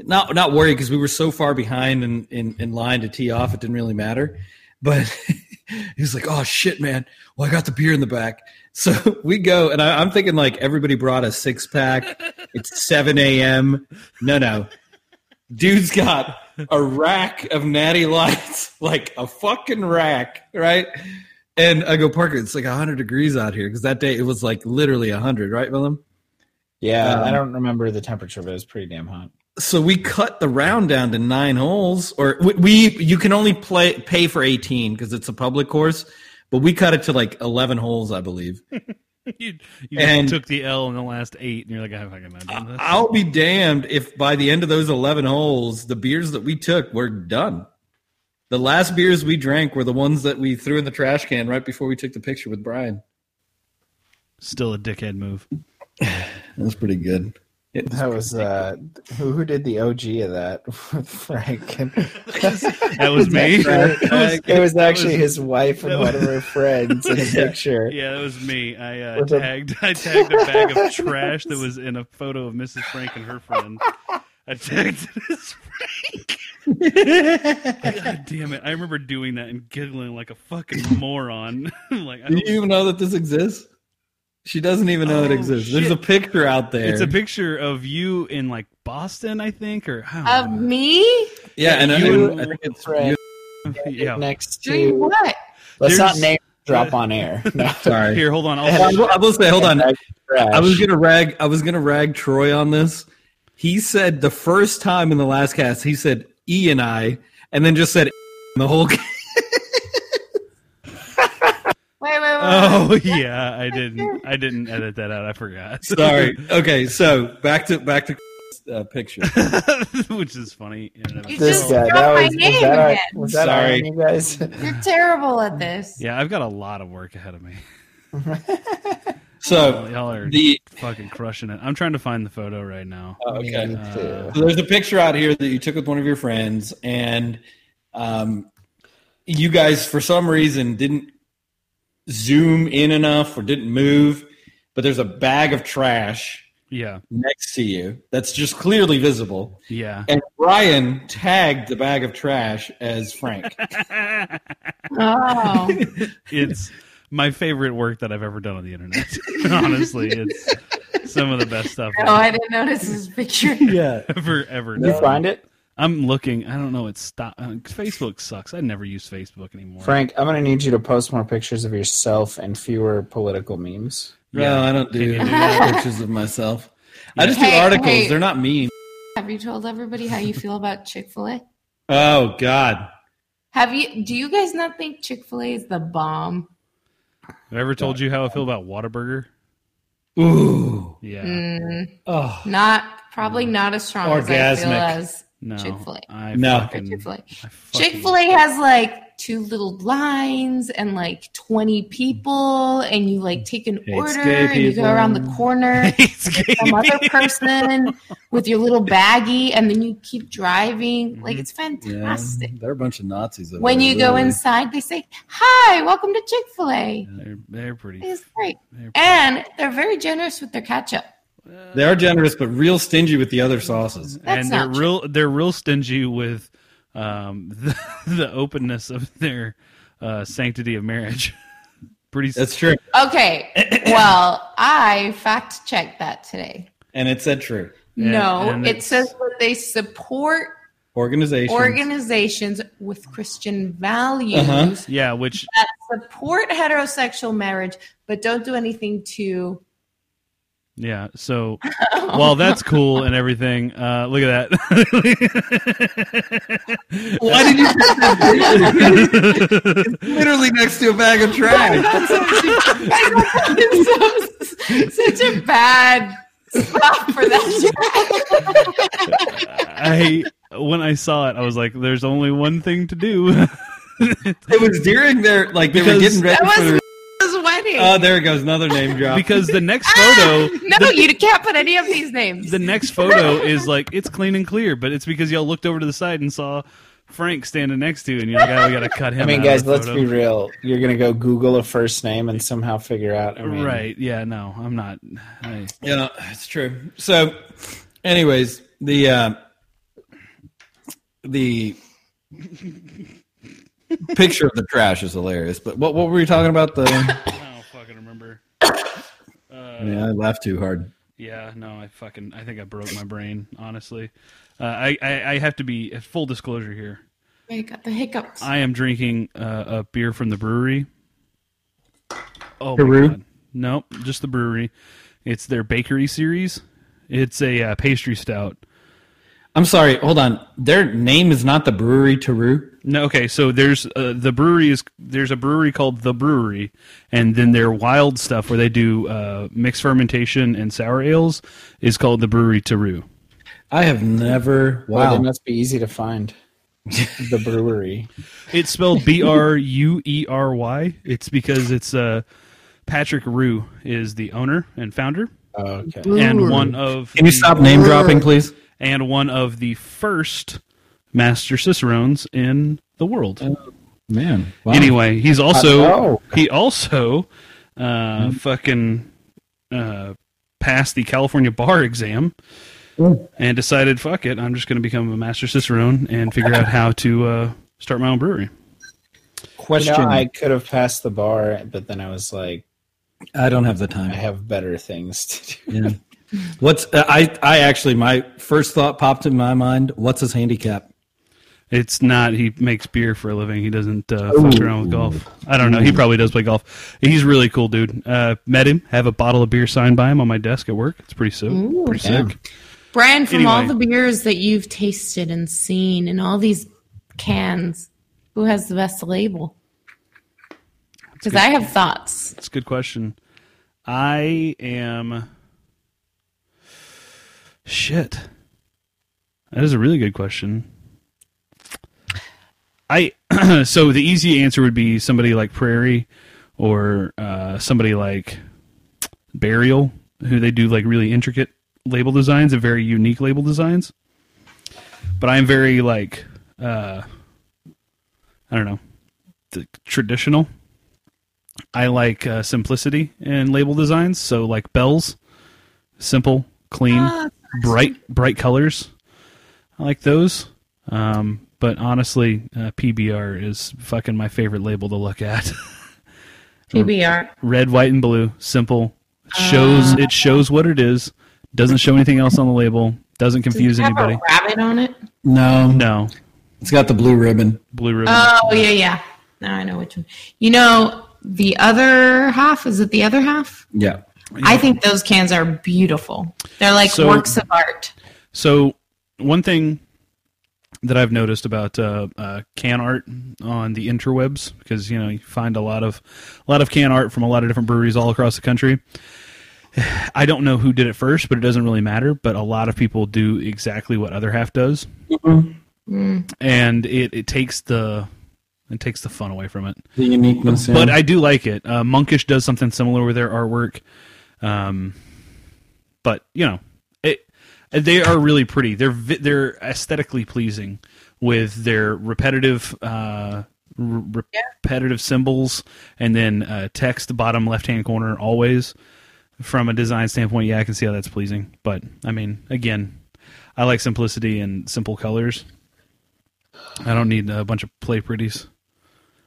S2: Not not worried because we were so far behind in, in, in line to tee off, it didn't really matter. But *laughs* he was like, Oh shit, man. Well, I got the beer in the back. *laughs* So we go, and I, I'm thinking like everybody brought a six pack. It's 7 a.m. No, no. Dude's got a rack of natty lights, *laughs* like a fucking rack, right? And I go, Parker, it's like 100 degrees out here because that day it was like literally 100, right, Willem?
S4: Yeah,
S2: Um,
S4: I don't remember the temperature, but it was pretty damn hot.
S2: So we cut the round down to nine holes, or we, we you can only play pay for 18 because it's a public course, but we cut it to like 11 holes, I believe.
S1: you you
S2: And-
S1: just took the L in the last eight, and you're like, I'm fucking not doing this.
S2: I'll be damned if by the end of those 11 holes, the beers that we took were done. The last beers we drank were the ones that we threw in the trash can right before we took the picture with Brian.
S1: Still a dickhead move.
S2: That was pretty good. It-
S4: That was uh, who who did the OG of that?
S1: *laughs*
S4: *laughs* Frank. And,
S1: That
S4: *laughs*
S1: was me.
S4: it, was,
S1: That was-
S4: actually his wife and
S1: that was- *laughs*
S4: one of her friends in a picture.
S1: Yeah, that was me. I uh,
S4: With a-
S1: tagged *laughs* I tagged a bag
S2: *laughs*
S1: of trash that was in a photo of Mrs. Frank and her friend. I tagged *laughs* it as Frank. God damn it! I remember doing that and giggling like a fucking moron. *laughs* like I
S2: Do
S1: don't-
S2: you even know that this exists? She doesn't even know it
S1: Oh,
S2: exists. There's a
S1: shit.
S2: picture out there.
S1: it's a picture of you in like Boston, I think, or
S2: Oh,
S1: I
S5: Of
S1: don't know.
S5: me?
S2: yeah, and I-
S1: you-
S2: I think it's
S4: Right.
S1: yeah.
S4: Next
S5: Doing
S4: to
S5: what?
S4: let's not
S1: There's-
S4: name drop on
S1: *laughs*
S4: air. No.
S2: Sorry.
S1: Here, hold on.
S2: I
S5: *laughs*
S1: I'll,
S2: will- I will say, hold on.
S4: Trash.
S2: I was gonna rag. I was gonna rag Troy on this. He said the first time in the last cast, he said E and I, and then just said *laughs* the whole. Cast.
S5: Wait, wait, wait.
S1: oh yeah, I didn't. I didn't edit that out. I forgot.
S2: Sorry. *laughs* Okay, so back to back to uh, picture.
S1: *laughs* which is funny. in and of
S5: You
S4: this
S1: itself.
S4: guy.
S5: dropped
S4: That
S5: my
S4: was, was
S5: name
S4: that, our,
S5: again.
S4: was that
S2: Sorry.
S4: our name, guys?
S5: You're terrible at this.
S1: Yeah, I've got a lot of work ahead of me.
S2: So
S1: Y'all are
S2: the
S1: fucking crushing it. I'm trying to find the photo right now.
S2: oh, okay.
S4: *laughs* Me
S1: Uh,
S4: too.
S2: So there's a picture out here that you took with one of your friends, and um, you guys, for some reason, didn't zoom in enough or didn't move. But there's a bag of trash
S1: Yeah,
S2: next to you that's just clearly visible. *laughs*
S1: yeah.
S2: And Brian tagged the bag of trash as
S5: *laughs*
S2: Frank. *laughs*
S5: Oh.
S1: it's my favorite work that I've ever done on the internet. *laughs* Honestly, it's some of the best stuff
S5: Oh,
S1: I've
S5: I didn't notice this picture.
S2: yeah.
S1: ever ever
S4: Did you
S1: done.
S4: find it,
S1: I'm looking. I don't know. It's stop. Uh, Facebook sucks. I never use Facebook anymore.
S4: Frank? I'm gonna need you to post more pictures of yourself and fewer political memes.
S2: No, I don't
S1: Can
S2: do
S1: you do
S2: pictures of myself. I just do
S5: Hey,
S2: articles.
S5: hey.
S2: They're not mean.
S5: Have you told everybody how you feel about Chick fil A?
S2: Oh God.
S5: Have you? Do you guys not think Chick fil A is the bomb?
S1: Have I ever told you how I feel about Whataburger?
S2: Ooh.
S1: Yeah.
S5: Mm,
S2: Oh.
S5: not probably not as strong as I feel
S2: Mm. Orgasmic.
S5: as
S1: No.
S5: Chick-fil-A.
S1: I
S2: No.
S1: fucking-
S5: Chick fil A.
S1: I fucking-
S5: Chick fil A has like two little lines and like 20 people, and you like take an
S2: Hates
S5: order
S2: gay
S5: and you go
S2: people.
S5: around the corner.
S1: It's gay
S5: Some other
S1: *laughs* people.
S5: person with your little baggie, and then you keep driving. Like
S1: Mhm.
S5: it's
S2: Yeah,
S5: fantastic.
S2: they're a bunch of Nazis. over
S5: When
S2: there,
S5: you go
S2: literally.
S5: inside, they say, Hi, welcome to Chick fil A.
S1: They're, they're pretty.
S5: It's great.
S1: they're pretty-
S5: And they're very generous with their ketchup.
S2: they are generous, but real stingy with the other sauces.
S5: That's
S1: and they're
S5: not true.
S1: real they're real stingy with um *laughs* the, the openness of their uh sanctity of marriage *laughs* pretty
S2: That's true,
S1: *coughs*
S5: Okay. well, I fact checked that today.
S2: and it said true.
S1: Yeah,
S5: no,
S1: and
S5: it
S1: it's-
S5: says that they support
S2: Organization.
S5: organizations with Christian values
S2: Uh-huh.
S1: yeah which
S5: that support heterosexual marriage, but don't do anything to.
S1: yeah
S5: *laughs*
S1: so
S5: Oh.
S1: while that's cool and everything uh look at that *laughs*
S2: Why did you put
S5: *laughs*
S2: that literally next to a bag of trash?
S5: such a bad spot for that.
S1: i when i saw it i was like there's only one thing to do *laughs*
S2: It was during their like they were
S1: Because-
S2: getting ready
S5: That
S2: for.
S5: was
S2: Their,
S5: his wedding.
S2: oh, there goes another name drop.
S1: because the next
S5: Ah,
S1: photo
S5: no, you can't put any of these names.
S1: the next photo is like it's clean and clear, but it's because y'all looked over to the side and saw Frank standing next to, and you're like, oh, we got to cut him.
S4: I mean,
S1: out of
S4: guys,
S1: the
S4: let's
S1: photo.
S4: be real. You're gonna go Google a first name and somehow figure out. I mean,
S1: Right? Yeah. No, I'm not. I,
S2: Yeah, it's true. So, anyways, the uh, the picture of the trash is hilarious. But what what were you talking about? The *laughs*
S1: I don't fucking remember.
S2: yeah, I laughed too hard.
S1: Yeah, no, I fucking I think I broke my brain, honestly. Uh, I, I I have to be at full disclosure here.
S3: I got the hiccups.
S1: I am drinking uh, a beer from the brewery. Oh,
S2: Peru?
S1: My God. nope, just the brewery. It's their bakery series. It's a uh, pastry stout.
S2: I'm sorry. Hold on. Their name is not the brewery Taru.
S1: No, okay, so there's uh, the brewery is there's a brewery called the Brewery, and then their wild stuff where they do uh, mixed fermentation and sour ales is called the Brewery Taru.
S2: I have never.
S4: Well,
S2: Wow.
S4: they must be easy
S1: *laughs*
S4: to find. the brewery.
S1: It's spelled B R U E R Y. It's because it's uh, Patrick Rue is the owner and founder,
S4: Oh, okay.
S1: and one of
S2: Can you
S1: the-
S2: stop name dropping, please?
S1: and one of the first master cicerones in the world.
S2: Man. Wow.
S1: Anyway, he's
S4: I
S1: also
S4: know. Hmm.
S1: he also uh, fucking uh, passed the California bar exam
S4: Hmm.
S1: and decided, fuck it, I'm just going to become a master cicerone and figure out how to uh, start my own brewery.
S4: You
S2: question.
S4: know, I
S2: I,
S4: could have passed the bar, but then I was like,
S2: don't have the
S4: I
S2: time.
S4: have better things to do.
S2: Yeah. What's uh, I? I actually my first thought popped in my mind. What's his handicap?
S1: It's not. He makes beer for a living. He doesn't uh, fuck around with golf. I don't know.
S4: Hmm.
S1: He probably does play golf. He's really cool, dude. Uh, met him. Have a bottle of beer signed by him on my desk at work. It's pretty sick.
S4: Hmm.
S1: pretty sick.
S3: Brian, from all
S1: Anyway.
S3: the beers that you've tasted and seen and all these cans, who has the best label? Because I have thoughts.
S1: It's a good question. I am. Shit. That is a really good question. I *clears throat* so the easy answer would be somebody like Prairie or uh, somebody like Burial, who they do like really intricate label designs and very unique label designs. But I'm very like uh, I don't know, the traditional. I like uh, simplicity in label designs, so like bells, simple, clean, bright, bright colors. I like those. Um, but honestly, uh, PBR is fucking my favorite label to look at. *laughs*
S3: PBR.
S1: Red, white, and blue, simple. It shows
S3: Ah.
S1: it shows what it is. Doesn't show anything else on the label. Doesn't confuse
S3: Does it have
S1: anybody.
S3: a rabbit on it?
S2: No,
S1: No,
S2: It's got the blue ribbon.
S1: blue ribbon.
S3: Oh yeah, yeah. Now I know which one. You know the other half. Is it the other half?
S2: Yeah.
S3: I think those cans are beautiful. They're like
S1: So-
S3: works of art.
S1: So one thing that I've noticed about uh, uh, can art on the interwebs, because you know you find a lot of a lot of can art from a lot of different breweries all across the country. *sighs* I don't know who did it first, but it doesn't really matter. But a lot of people do exactly what other half does,
S3: Mm-hmm. Mm.
S1: and it, it takes the it takes the fun away from it.
S2: The uniqueness.
S1: But I do like it. Uh, Monkish does something similar with their artwork. Um, but you know, it they are really pretty. They're vi- they're aesthetically pleasing with their repetitive uh, re- repetitive symbols and then uh, text bottom left hand corner always. From a design standpoint, yeah, I can see how that's pleasing. But I mean, again, I like simplicity and simple colors. I don't need a bunch of play pretties.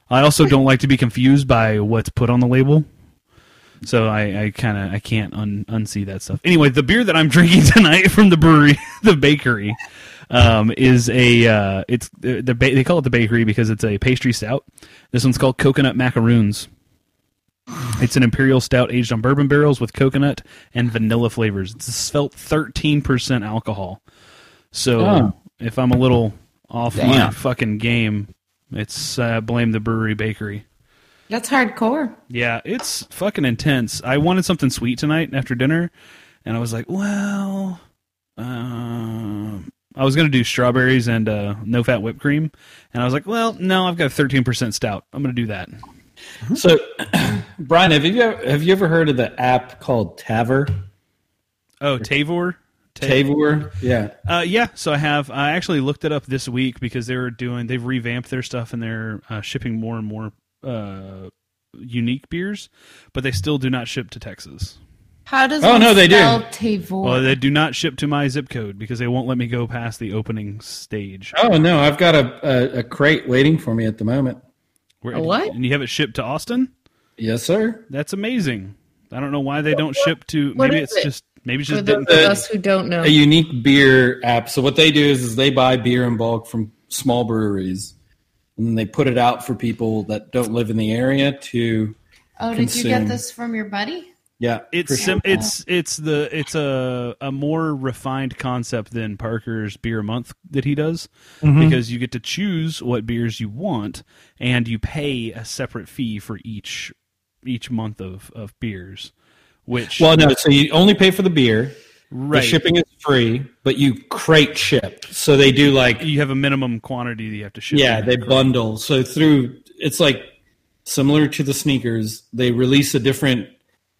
S1: I also don't like to be confused by what's put on the label. So I, I kind of I can't un, unsee that stuff. Anyway, the beer that I'm *laughs* drinking tonight from the brewery, *laughs* the bakery, um, is a uh, it's the the ba- they call it the bakery because it's a pastry stout. This one's called coconut macaroons. It's an imperial stout aged on bourbon barrels with coconut and vanilla flavors. It's a svelte 13% alcohol. So
S2: Oh.
S1: if I'm a little off my
S2: Damn.
S1: fucking game, it's uh, blame the brewery bakery.
S3: That's hardcore.
S1: Yeah, it's fucking intense. I wanted something sweet tonight after dinner, and I was like, well, um, I was gonna do strawberries and uh, no fat whipped cream, and I was like, well, no, I've got a thirteen percent stout. I'm gonna do that.
S2: so, *clears throat* Brian, have you ever, have you ever heard of the app called Taver?
S1: Oh, Tavor,
S2: Tavor. Yeah.
S1: Uh, yeah, so I have. I actually looked it up this week because they were doing. They've revamped their stuff and they're uh, shipping more and more uh, unique beers, but they still do not ship to Texas.
S5: How does
S2: Oh,
S5: one
S2: no, they do.
S5: spell Tavor?
S1: Well, they do not ship to my zip code because they won't let me go past the opening stage.
S2: Oh no, I've got a, a, a crate waiting for me at the moment.
S1: Where,
S5: A what?
S1: And you have it shipped to Austin?
S2: Yes, sir.
S1: That's amazing. I don't know why they don't ship to.
S5: what
S1: Maybe
S5: is
S1: it's
S5: it?
S1: just. Maybe it's
S5: For
S1: just
S5: those
S1: didn't.
S5: of us who don't know,
S2: A unique beer app. So what they do is, is they buy beer in bulk from small breweries, and they put it out for people that don't live in the area to.
S3: Oh, did you get
S2: consume.
S3: this from your buddy?
S2: Yeah, for
S1: It's
S2: sure.
S1: sim- it's it's the it's a a more refined concept than Parker's beer month that he does
S2: Mm-hmm.
S1: because you get to choose what beers you want and you pay a separate fee for each each month of of beers, which
S2: well, no. So you only pay for the beer.
S1: right
S2: The shipping is free, but you crate ship. So they do like
S1: you have a minimum quantity that you have to ship.
S2: yeah,
S1: in.
S2: they bundle. So through it's like similar to the sneakers. They release a different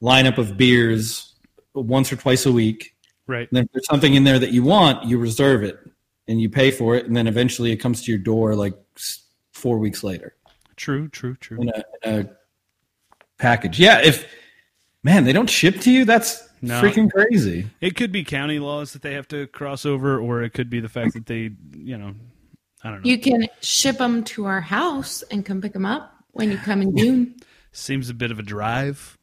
S2: lineup of beers once or twice a week.
S1: right
S2: And if there's something in there that you want, you reserve it and you pay for it, and then eventually it comes to your door like s- four weeks later
S1: true true true.
S2: in a, in a package. Yeah, if man they don't ship to you, that's
S1: No.
S2: freaking crazy.
S1: It could be county laws that they have to cross over, or it could be the fact that they, you know, I don't know.
S3: You can.
S5: ship them to our house and come pick them up when you come
S2: *laughs*
S5: in June.
S1: Seems a bit of a drive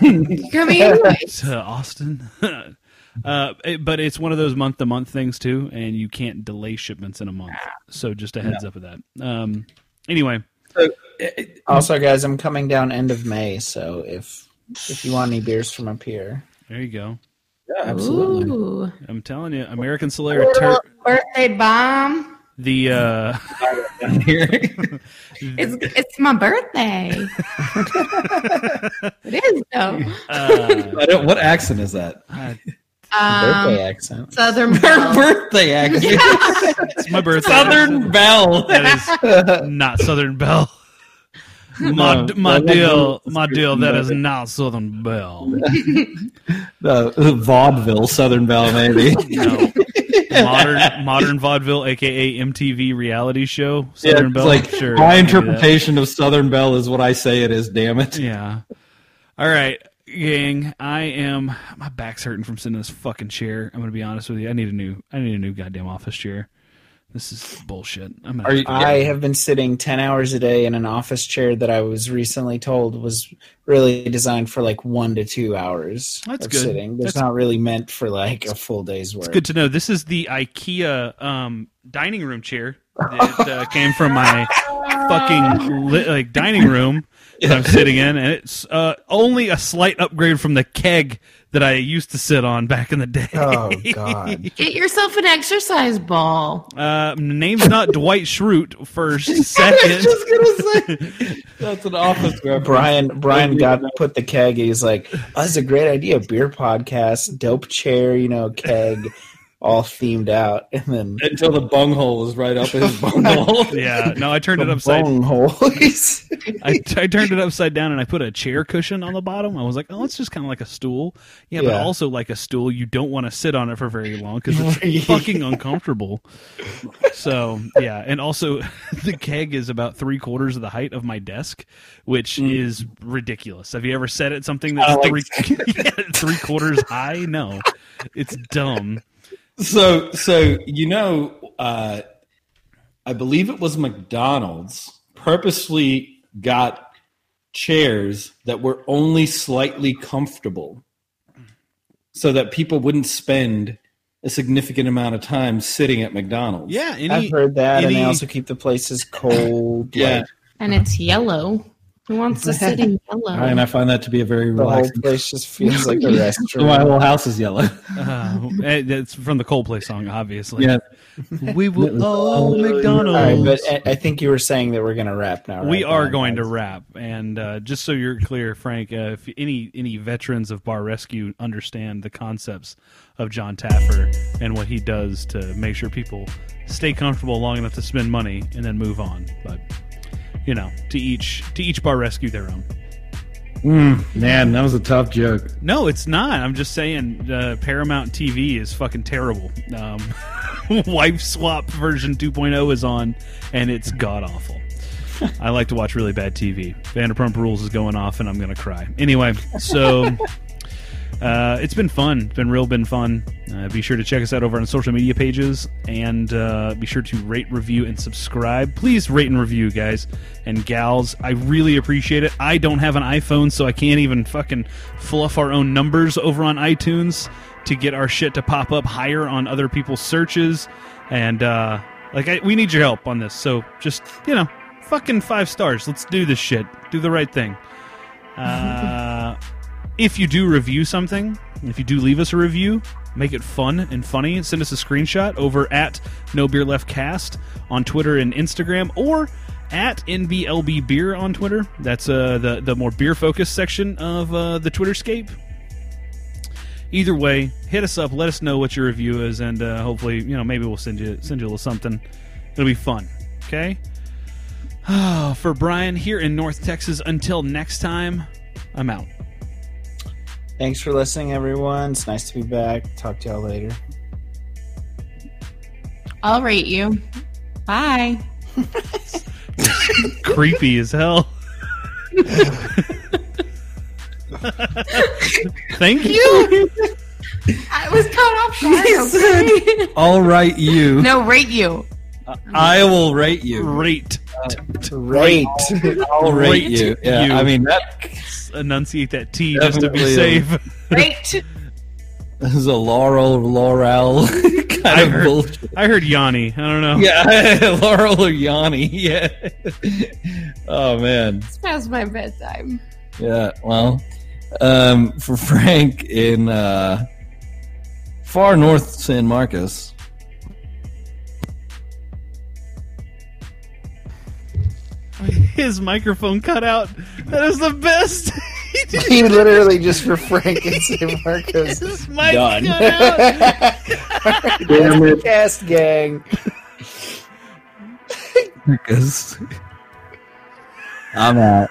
S5: you come in anyway.
S1: to Austin. *laughs* uh, it- but it's one of those month to month things, too, and you can't delay shipments in a month. So just a heads up of that. Um, anyway,
S4: Also, guys, I'm coming down end of May, so if if you want any beers from up here,
S1: there you go.
S2: Yeah, *laughs* *laughs* absolutely.
S5: Ooh.
S1: I'm telling you, American Solera, tur-
S5: Birthday bomb.
S1: the.
S2: *laughs*
S1: Uh,
S2: Here.
S5: It's, it's my birthday. it is, though.
S1: uh,
S2: I don't, what accent is that?
S5: Um,
S2: Um,
S4: birthday accent.
S5: Southern
S2: Her
S5: Belle.
S2: birthday accent.
S1: *laughs* it's my birthday.
S2: Southern Belle.
S1: That is not Southern Bell. My,
S2: No,
S1: my
S2: that wasn't
S1: deal,
S2: the
S1: my deal.
S2: description
S1: That
S2: of
S1: is
S2: it.
S1: not Southern Bell.
S2: *laughs* Uh, vaudeville Southern
S1: *laughs*
S2: Belle, maybe.
S1: No. modern modern vaudeville, aka MTV reality show.
S2: yeah,
S1: Southern
S2: it's
S1: Belle.
S2: like
S1: sure,
S2: my
S1: I can do that.
S2: interpretation of Southern Belle is what I say it is. Damn it!
S1: Yeah. All right, gang. I am. My back's hurting from sitting in this fucking chair. I'm gonna be honest with you. I need a new. I need a new goddamn office chair. This is bullshit. I'm gonna,
S2: Are you-
S4: I have been sitting 10 hours a day in an office chair that I was recently told was really designed for like one to two hours
S1: That's
S4: of
S1: good.
S4: sitting. That's
S1: That's-
S4: not really meant for like a full day's work.
S1: It's good to know. This is the IKEA um, dining room chair that uh, came from my fucking li- like dining room that I'm sitting in, and it's uh, only a slight upgrade from the keg that I used to sit on back in the day. *laughs*
S4: *laughs* Oh, God.
S5: Get yourself an exercise ball.
S1: Uh, name's not Dwight Schrute. First, second,
S2: That's an office reference.
S4: *laughs* Brian Brian got put the keg. He's like, oh, "That's a great idea, beer podcast, dope chair, you know, keg, all themed out." And
S1: *laughs*
S4: then
S2: until the bunghole was right up *laughs* his
S4: *laughs*
S2: bunghole.
S1: yeah. No, I turned it upside.
S4: bong *laughs* holes.
S1: I, I turned it upside down and I put a chair cushion on the bottom. I was like, oh, it's just kind of like a stool. Yeah, but
S4: Yeah.
S1: also like a stool, you don't want to sit on it for very long because
S4: *laughs*
S1: it's fucking uncomfortable. So, yeah. And also, *laughs* the keg is about three quarters of the height of my desk, which
S4: Mm.
S1: is ridiculous. Have you ever sat at something that's
S2: I
S1: three,
S2: like
S1: *laughs* yeah, three quarters high? No, it's dumb.
S2: So, so you know, uh, I believe it was McDonald's purposely got chairs that were only slightly comfortable, so that people wouldn't spend a significant amount of time sitting at McDonald's.
S1: Yeah.
S4: I've
S1: Any,
S4: heard that, and they
S1: any-
S4: also keep the places cold.
S2: yeah,
S4: like,
S5: And it's yellow. Who wants to sit in yellow?
S2: and I find that to be a very
S4: the whole
S2: relaxing.
S4: place just feels like
S2: *laughs*
S4: a
S2: My
S4: restaurant.
S2: whole house is yellow.
S1: uh, eh, that's from the Coldplay song, obviously.
S2: yeah,
S1: We will. Oh,
S4: All
S1: McDonald's.
S4: right, but I- I think you were saying that we're going to wrap now.
S1: we
S4: right?
S1: are
S4: Now,
S1: going to
S4: guys.
S1: wrap and uh, just so you're clear frank uh, if any any veterans of bar rescue understand the concepts of john taffer and what he does to make sure people stay comfortable long enough to spend money and then move on but you know to each to each bar rescue their own
S2: Mm, *laughs* man, that was a tough joke.
S1: No, it's not. I'm just saying uh, Paramount TV is fucking terrible. Um, *laughs* Wife Swap version 2.0 is on, and it's god awful. I like to watch really bad TV. Vanderpump Rules is going off, and I'm gonna cry. Anyway, so. Uh, it's been fun. It's been real, been fun. Uh, be sure to check us out over on social media pages and uh, be sure to rate, review, and subscribe. Please rate and review, guys and gals. I really appreciate it. I don't have an iPhone, so I can't even fucking fluff our own numbers over on iTunes to get our shit to pop up higher on other people's searches. And, uh, like, I, we need your help on this. So just, you know, fucking five stars. Let's do this shit. Do the right thing. Uh, if you do review something, if you do leave us a review, make it fun and funny. Send us a screenshot over at No Beer Left Cast on Twitter and Instagram, or at NBLB Beer on Twitter. That's uh, the the more beer focused section of uh, the Twitterscape. Either way, hit us up. Let us know what your review is, and uh, hopefully, you know, maybe we'll send you send you a little something. It'll be fun. Okay. *sighs* For Brian here in North Texas, until next time, I'm out.
S4: Thanks for listening, everyone. It's nice to be back. Talk to y'all later.
S5: I'll rate you. Bye.
S1: creepy as hell. Thank you.
S5: I was caught off guard. okay?
S2: All right, you.
S5: no, rate you.
S2: I will rate you.
S1: Great.
S4: Great. *laughs*
S2: I'll rate,
S1: rate
S2: you. Yeah,
S1: you.
S2: I mean that
S1: Enunciate that T just to be
S2: Definitely
S1: safe.
S5: Rate.
S2: is a Laurel Laurel *laughs* kind
S1: I
S2: of
S1: heard-
S2: bullshit.
S1: I heard Yanni. I don't know.
S2: Yeah, *laughs* Laurel or Yanni. *laughs* Yeah. Oh man.
S5: It's past my bedtime.
S2: Yeah, well, um, for Frank in uh, far north San Marcos,
S1: His microphone cut out. That is the best. *laughs* He just-
S4: he literally just for Frank and San Marcos.
S1: His mic
S4: Done.
S1: cut out.
S4: Damn it. *laughs* Cast gang.
S2: Ah, because I'm out.